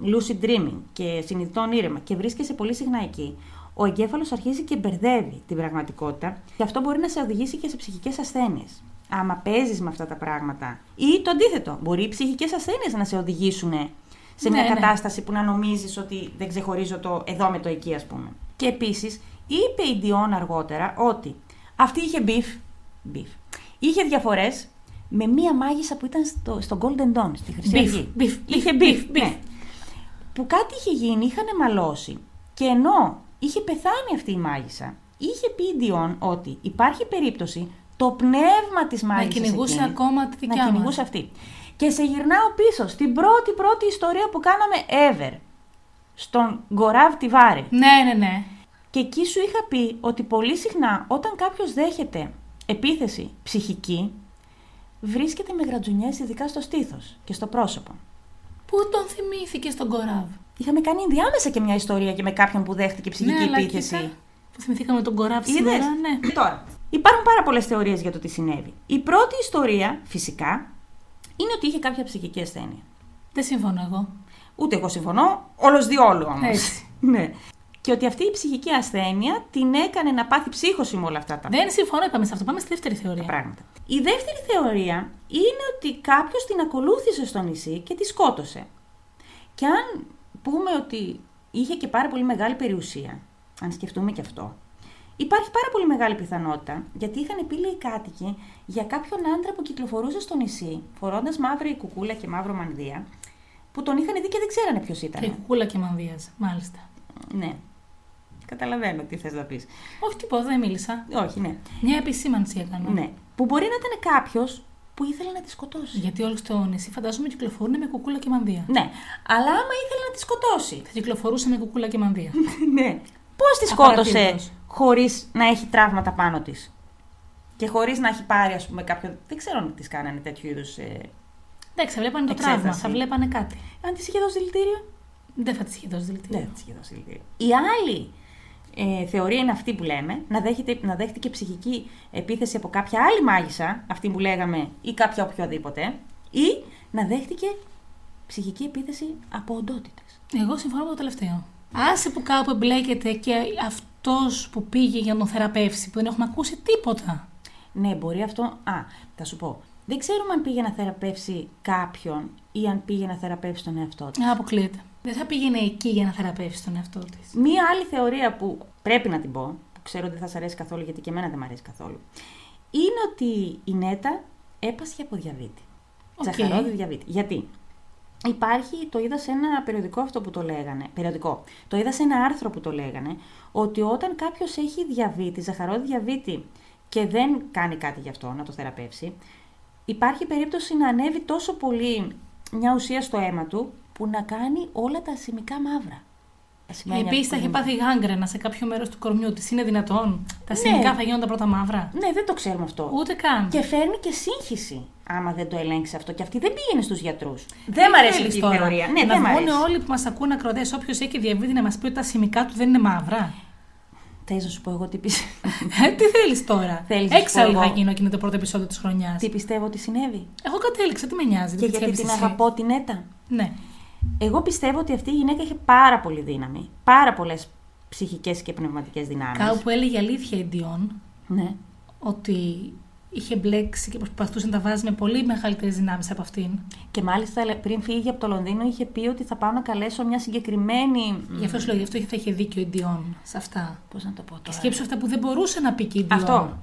A: μ, lucid dreaming και συνειδητό όνειρεμα και βρίσκεσαι πολύ συχνά εκεί, ο εγκέφαλος αρχίζει και μπερδεύει την πραγματικότητα και αυτό μπορεί να σε οδηγήσει και σε ψυχικές ασθένειες. Άμα παίζεις με αυτά τα πράγματα ή το αντίθετο, μπορεί οι ψυχικές ασθένειες να σε οδηγήσουν σε μια
B: Ναι, ναι.
A: κατάσταση που να νομίζεις ότι δεν ξεχωρίζω το εδώ με το εκεί ας πούμε. Και επίσης είπε η Ντιόν αργότερα ότι αυτή είχε μπιφ, μπιφ. είχε διαφορές με μία μάγισσα που ήταν στο, στο Golden Dawn, στη Χρυσή
B: Μπιφ,
A: Αυγή.
B: μπιφ, μπιφ,
A: είχε μπιφ,
B: μπιφ, μπιφ.
A: ναι. Που κάτι είχε γίνει, είχαν μαλώσει και ενώ είχε πεθάνει αυτή η μάγισσα, είχε πει η Ντιόν ότι υπάρχει περίπτωση το πνεύμα της
B: Να
A: μάγισσας
B: κυνηγούσε
A: εκείνη-
B: ακόμα τη δικιά
A: να
B: μας.
A: κυνηγούσε αυτή. Και σε γυρνάω πίσω στην πρώτη πρώτη ιστορία που κάναμε ever. Στον Γκοράβ Τιβάρη.
B: Ναι, ναι, ναι.
A: Και εκεί σου είχα πει ότι πολύ συχνά όταν κάποιος δέχεται επίθεση ψυχική, βρίσκεται με γρατζουνιές ειδικά στο στήθος και στο πρόσωπο.
B: Πού τον θυμήθηκε στον κοράβ.
A: Είχαμε κάνει ενδιάμεσα και μια ιστορία και με κάποιον που δέχτηκε ψυχική
B: Ναι, αλλά
A: επίθεση.
B: κοίτα. που θυμηθήκαμε τον κοράβι
A: Είδες?
B: σήμερα. Ναι.
A: Τώρα, υπάρχουν πάρα πολλές θεωρίες για το τι συνέβη. Η πρώτη ιστορία, φυσικά, είναι ότι είχε κάποια ψυχική ασθένεια.
B: Δεν συμφωνώ εγώ.
A: Ούτε εγώ συμφωνώ, όλος διόλου όμως.
B: Έτσι.
A: ναι. Και ότι αυτή η ψυχική ασθένεια την έκανε να πάθει ψύχωση με όλα αυτά τα
B: Δεν συμφωνώ, είπαμε σε αυτό. Πάμε στη δεύτερη
A: τα
B: θεωρία.
A: πράγματα. Η δεύτερη θεωρία είναι ότι κάποιος την ακολούθησε στο νησί και τη σκότωσε. Και αν πούμε ότι είχε και πάρα πολύ μεγάλη περιουσία, αν σκεφτούμε και αυτό, υπάρχει πάρα πολύ μεγάλη πιθανότητα γιατί είχαν πείλει οι κάτοικοι για κάποιον άντρα που κυκλοφορούσε στο νησί, φορώντας μαύρη κουκούλα και μαύρο μανδύα, που τον είχαν δει και δεν ξέρανε ποιος ήταν.
B: Και κούλα και μανδύας, μάλιστα.
A: Ναι. Καταλαβαίνω τι θες να πεις.
B: Όχι τίποτα, δεν μίλησα.
A: Όχι, ναι.
B: Μια επισήμανση έκανα.
A: ναι. Που μπορεί να ήταν κάποιος που ήθελε να τη σκοτώσει.
B: Γιατί όλοι στο νησί φαντάζομαι κυκλοφορούν με κουκούλα και μανδύα.
A: Ναι. Αλλά άμα ήθελε να τη σκοτώσει.
B: Θα κυκλοφορούσε με κουκούλα και μανδύα.
A: ναι. Πώς τη
B: Απαρατήρητος.
A: σκότωσε χωρίς να έχει τραύματα πάνω της. Και χωρίς να έχει πάρει, ας πούμε, κάποιον. Δεν ξέρω αν της κάνανε τέτοιου είδους. Ε...
B: Εντάξει, θα βλέπανε το
A: Εξέταση.
B: τραύμα, θα βλέπανε κάτι.
A: Αν της είχε δώσει δηλητήριο.
B: Δεν θα της είχε δώσει δηλητήριο.
A: Δεν της είχε δώσει δηλητήριο. Η άλλη ε, θεωρία είναι αυτή που λέμε, να, δέχεται, να δέχτηκε ψυχική επίθεση από κάποια άλλη μάγισσα, αυτή που λέγαμε, ή κάποια οποιοδήποτε, ή να δέχτηκε ψυχική επίθεση από οντότητες.
B: Εγώ συμφωνώ με το τελευταίο. Άσε που κάπου εμπλέκεται και αυτός που πήγε για να τον θεραπεύσει, που δεν έχουμε ακούσει τίποτα.
A: Ναι, μπορεί αυτό. Α, θα σου πω. Δεν ξέρουμε αν πήγε να θεραπεύσει κάποιον ή αν πήγε να θεραπεύσει τον εαυτό του.
B: Α, αποκλείεται. Δεν θα πήγαινε εκεί για να θεραπεύσει τον εαυτό της.
A: Μία άλλη θεωρία που πρέπει να την πω, που ξέρω ότι δεν θα σα αρέσει καθόλου γιατί και εμένα δεν μου αρέσει καθόλου, είναι ότι η Νέτα έπασχε από διαβήτη.
B: Οκ.
A: Ζαχαρόδι διαβήτη. Γιατί υπάρχει, το είδα σε ένα περιοδικό αυτό που το λέγανε. Περιοδικό. Το είδα σε ένα άρθρο που το λέγανε ότι όταν κάποιος έχει διαβήτη, ζαχαρόδι διαβήτη και δεν κάνει κάτι γι' αυτό να το θεραπεύσει, υπάρχει περίπτωση να ανέβει τόσο πολύ μια ουσία στο αίμα του που να κάνει όλα τα σημικά μαύρα. Τα σημαίνια
B: Επίση, θα
A: που
B: είχε
A: γίνονται.
B: πάθει γάγκρενα σε κάποιο μέρος του κορμιού της. Είναι δυνατόν.
A: Ναι.
B: Τα σημικά θα γίνουν τα πρώτα μαύρα.
A: Ναι, δεν το ξέρουμε αυτό.
B: Ούτε καν.
A: Και φέρνει και σύγχυση άμα δεν το ελέγξεις αυτό. Και αυτή δεν πήγαινε στους γιατρούς.
B: Τι
A: Δεν μ' αρέσει
B: θέλεις
A: αυτή η
B: τώρα,
A: θεωρία. Ναι,
B: να
A: δεν μ'
B: βγουν
A: αρέσει.
B: όλοι που μας ακούν ακροτέ, όποιος έχει διαβίδι να μας πει ότι τα σημικά του δεν είναι μαύρα.
A: Θες να σου πω εγώ τι, πιστε-
B: Ε, Τι θέλεις τώρα.
A: Θέλεις να σου
B: Έξαλλη
A: πω
B: θα
A: εγώ.
B: γίνω και είναι το πρώτο επεισόδιο της χρονιάς.
A: τι πιστεύω ότι συνέβη.
B: Εγώ κατέληξα, τι με νοιάζει.
A: και γιατί
B: δεν πιστεύεις
A: την
B: εσύ.
A: αγαπώ την έτα.
B: Ναι.
A: Εγώ πιστεύω ότι αυτή η γυναίκα είχε πάρα πολύ δύναμη. Πάρα πολλές ψυχικές και πνευματικές δυνάμεις.
B: Κάπου που έλεγε αλήθεια η Ντιόν
A: Ναι.
B: ότι είχε μπλέξει και προσπαθούσε να τα βάζει με πολύ μεγαλύτερες δυνάμεις από αυτήν.
A: Και μάλιστα λέ- πριν φύγει από το Λονδίνο είχε πει ότι θα πάω να καλέσω μια συγκεκριμένη.
B: Γι' αυτό σου λέω, γι' αυτό θα είχε δίκιο η Ντιόν σε αυτά.
A: Πώς να το πω
B: Και
A: τώρα.
B: σκέψου αυτά που δεν μπορούσε να πει και η Ντιόν.
A: Αυτό.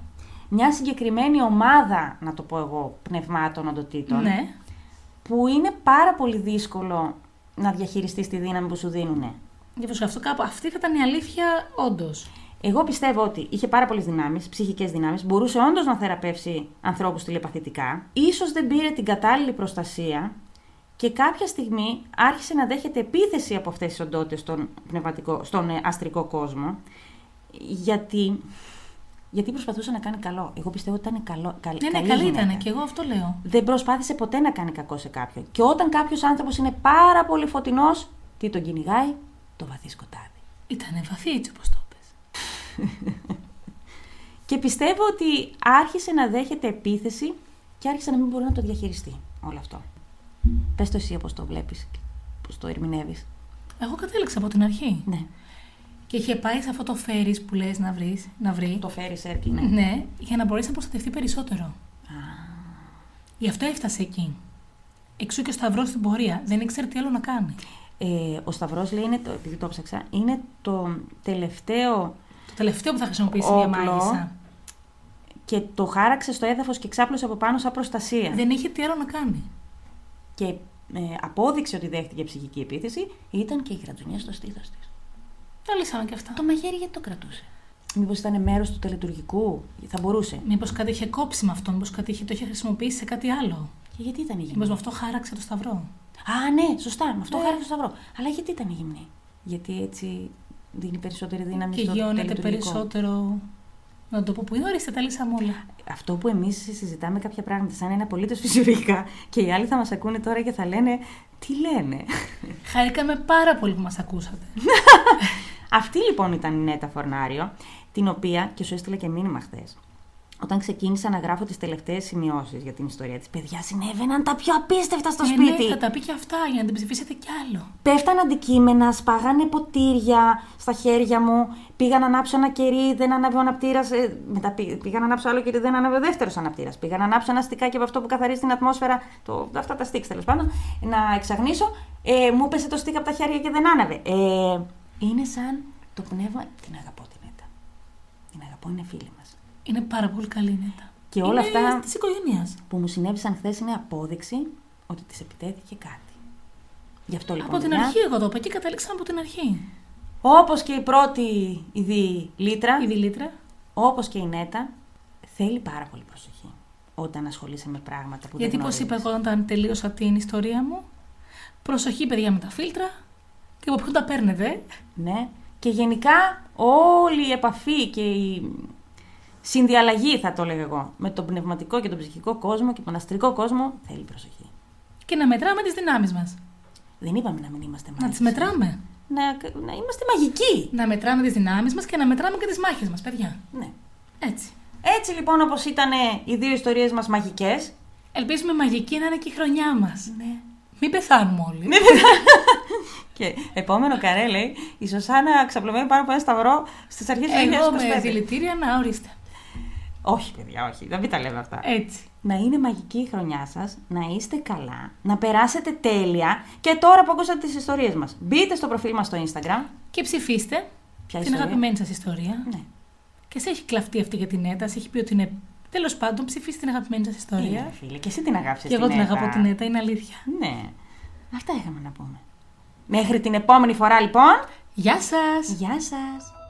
A: Μια συγκεκριμένη ομάδα, να το πω εγώ, πνευμάτων οντοτήτων.
B: Ναι.
A: Που είναι πάρα πολύ δύσκολο να διαχειριστείς τη δύναμη που σου δίνουν.
B: Γι' αυτό σου λέω, αυτό κάπου. Αυτή θα ήταν η αλήθεια, όντως.
A: Εγώ πιστεύω ότι είχε πάρα πολλές δυνάμεις, ψυχικές δυνάμεις, μπορούσε όντως να θεραπεύσει ανθρώπους τηλεπαθητικά. σω δεν πήρε την κατάλληλη προστασία και κάποια στιγμή άρχισε να δέχεται επίθεση από αυτές τις οντότητες στον, πνευματικό- στον ε, αστρικό κόσμο. Γιατί, γιατί προσπαθούσε να κάνει καλό. Εγώ πιστεύω ότι ήταν καλό. Καλ,
B: Ναι, ναι,
A: καλή
B: καλή
A: γυναίκα.
B: ήταν και εγώ αυτό λέω.
A: Δεν προσπάθησε ποτέ να κάνει κακό σε κάποιον. Και όταν κάποιος άνθρωπος είναι πάρα πολύ φωτεινός, τι τον κυνηγάει, το βαθύ σκοτάδι.
B: Ήταν βαθύ έτσι όπως το είπες.
A: Και πιστεύω ότι άρχισε να δέχεται επίθεση και άρχισε να μην μπορεί να το διαχειριστεί όλο αυτό. Πες το εσύ όπως το βλέπεις, και πώς το ερμηνεύεις.
B: Εγώ κατέληξα από την αρχή.
A: Ναι.
B: Και είχε πάει σε αυτό το φέρι που λες να, βρεις, να βρει.
A: Το φέρει έρκει, ναι.
B: Ναι, για να μπορέσει να προστατευτεί περισσότερο.
A: Α,
B: Γι' αυτό έφτασε εκεί. Εξού και ο Σταυρός στην πορεία. Δεν ήξερε τι άλλο να κάνει.
A: Ε, ο Σταυρός λέει, είναι το, επειδή το ψάξα, είναι το τελευταίο
B: Το τελευταίο που θα χρησιμοποιήσει μια
A: Όπλο.
B: μάγισσα.
A: και το χάραξε στο έδαφος και ξάπλωσε από πάνω σαν προστασία.
B: Δεν είχε τι άλλο να κάνει.
A: Και ε, απόδειξε ότι δέχτηκε ψυχική επίθεση, ήταν και η κρατουνιά στο στήθος της.
B: Τα λύσαμε και αυτά.
A: Το μαχαίρι γιατί το κρατούσε. Μήπως ήταν μέρος του τελετουργικού, θα μπορούσε.
B: Μήπως κάτι είχε κόψει με αυτό, μήπως κάτι είχε, το είχε χρησιμοποιήσει σε κάτι άλλο.
A: Και γιατί ήταν η γυναίκα.
B: Μήπως με αυτό χάραξε το Σταυρό.
A: Α, ναι, σωστά. Με αυτό
B: Ναι.
A: χάρη το σταυρό. Αλλά γιατί ήταν η γυμνή. Γιατί έτσι δίνει περισσότερη δύναμη
B: και
A: στο
B: γιώνεται
A: τελετουργικό.
B: περισσότερο. Να το πω που είναι, ορίστε, τα λύσαμε όλα.
A: Αυτό που εμείς συζητάμε κάποια πράγματα σαν είναι απολύτω φυσιολογικά και οι άλλοι θα μας ακούνε τώρα και θα λένε τι λένε.
B: Χαρήκαμε πάρα πολύ που μας ακούσατε.
A: Αυτή λοιπόν ήταν η Νέτα Φορνάριο. την οποία και σου έστειλα και μήνυμα χθες. Όταν ξεκίνησα να γράφω τις τελευταίες σημειώσεις για την ιστορία της, παιδιά συνέβαιναν τα πιο απίστευτα στο
B: Ε,
A: σπίτι.
B: Ναι, θα τα πει και αυτά για να την ψηφίσετε κι άλλο.
A: Πέφταν αντικείμενα, σπάγανε ποτήρια στα χέρια μου. Πήγα να ανάψω ένα κερί, δεν ανάβει ο αναπτήρας. μετά πή- πήγα να ανάψω άλλο κερί, δεν ανάβει ο δεύτερος αναπτήρας. Πήγα να ανάψω ένα στικάκι από αυτό που καθαρίζει την ατμόσφαιρα. Το, αυτά τα στίξ τέλος πάντων. Να εξαγνήσω. Ε, μου πέσε το στίκ από τα χέρια και δεν άναβε. Ε, είναι σαν το πνεύμα. Την αγαπώ την Έτα. Την αγαπώ, είναι φίλη μας.
B: Είναι πάρα πολύ καλή η νέτα.
A: Και όλα
B: είναι
A: αυτά-
B: Της οικογένειας.
A: Που μου συνέβησαν χθες είναι απόδειξη ότι της επιτέθηκε κάτι. Γι' αυτό λοιπόν.
B: από την
A: παιδιά,
B: αρχή, εγώ το είπα και καταλήξαμε από την αρχή.
A: Όπως και η πρώτη ειδή λίτρα,
B: Η δηλήτρα.
A: όπως και η νέτα, θέλει πάρα πολύ προσοχή όταν ασχολείσαι με πράγματα που
B: Γιατί,
A: δεν
B: όπως είπα,
A: γνωρίζεις.
B: εγώ όταν τελείωσα την ιστορία μου, προσοχή, παιδιά, με τα φίλτρα και από ποιον τα παίρνετε.
A: Ναι. Και γενικά όλη η επαφή και η συνδιαλλαγή, θα το έλεγα εγώ, με τον πνευματικό και τον ψυχικό κόσμο και τον αστρικό κόσμο, θέλει προσοχή.
B: και να μετράμε τις δυνάμεις μας.
A: Δεν είπαμε να μην είμαστε μάγοι.
B: Να τις μετράμε.
A: Να, να είμαστε μαγικοί.
B: Να μετράμε τις δυνάμεις μας και να μετράμε και τις μάχες μας, παιδιά.
A: Ναι.
B: Έτσι.
A: Έτσι λοιπόν όπως ήταν οι δύο ιστορίες μας μαγικές.
B: Ελπίζουμε μαγική να είναι και η χρονιά μας.
A: Ναι.
B: Μην πεθάνουμε όλοι.
A: Και επόμενο καρέ λέει η Σωσάνα ξαπλωμένη πάνω από ένα σταυρό στις αρχές του
B: Εγώ με
A: 2025.
B: δηλητήρια να ορίστε.
A: Όχι, παιδιά, όχι. Δεν μην τα λέμε αυτά.
B: Έτσι.
A: Να είναι μαγική η χρονιά σας, να είστε καλά, να περάσετε τέλεια. Και τώρα που ακούσατε τις ιστορίες μας, μπείτε στο προφίλ μας στο Instagram.
B: Και ψηφίστε
A: Ποια
B: την
A: ιστορία.
B: αγαπημένη σας ιστορία.
A: Ναι.
B: Και σε έχει κλαφτεί αυτή για την ΕΤΑ, σε έχει πει ότι είναι. Τέλος πάντων, ψηφίστε την αγαπημένη σας
A: Είναι,
B: ιστορία.
A: φίλε, και εσύ την αγάπησες.
B: Και εγώ την αγαπώ την ΕΤΑ, είναι αλήθεια.
A: Ναι. Αυτά είχαμε να πούμε. Μέχρι την επόμενη φορά, λοιπόν.
B: Γεια σας!
A: Γεια σας.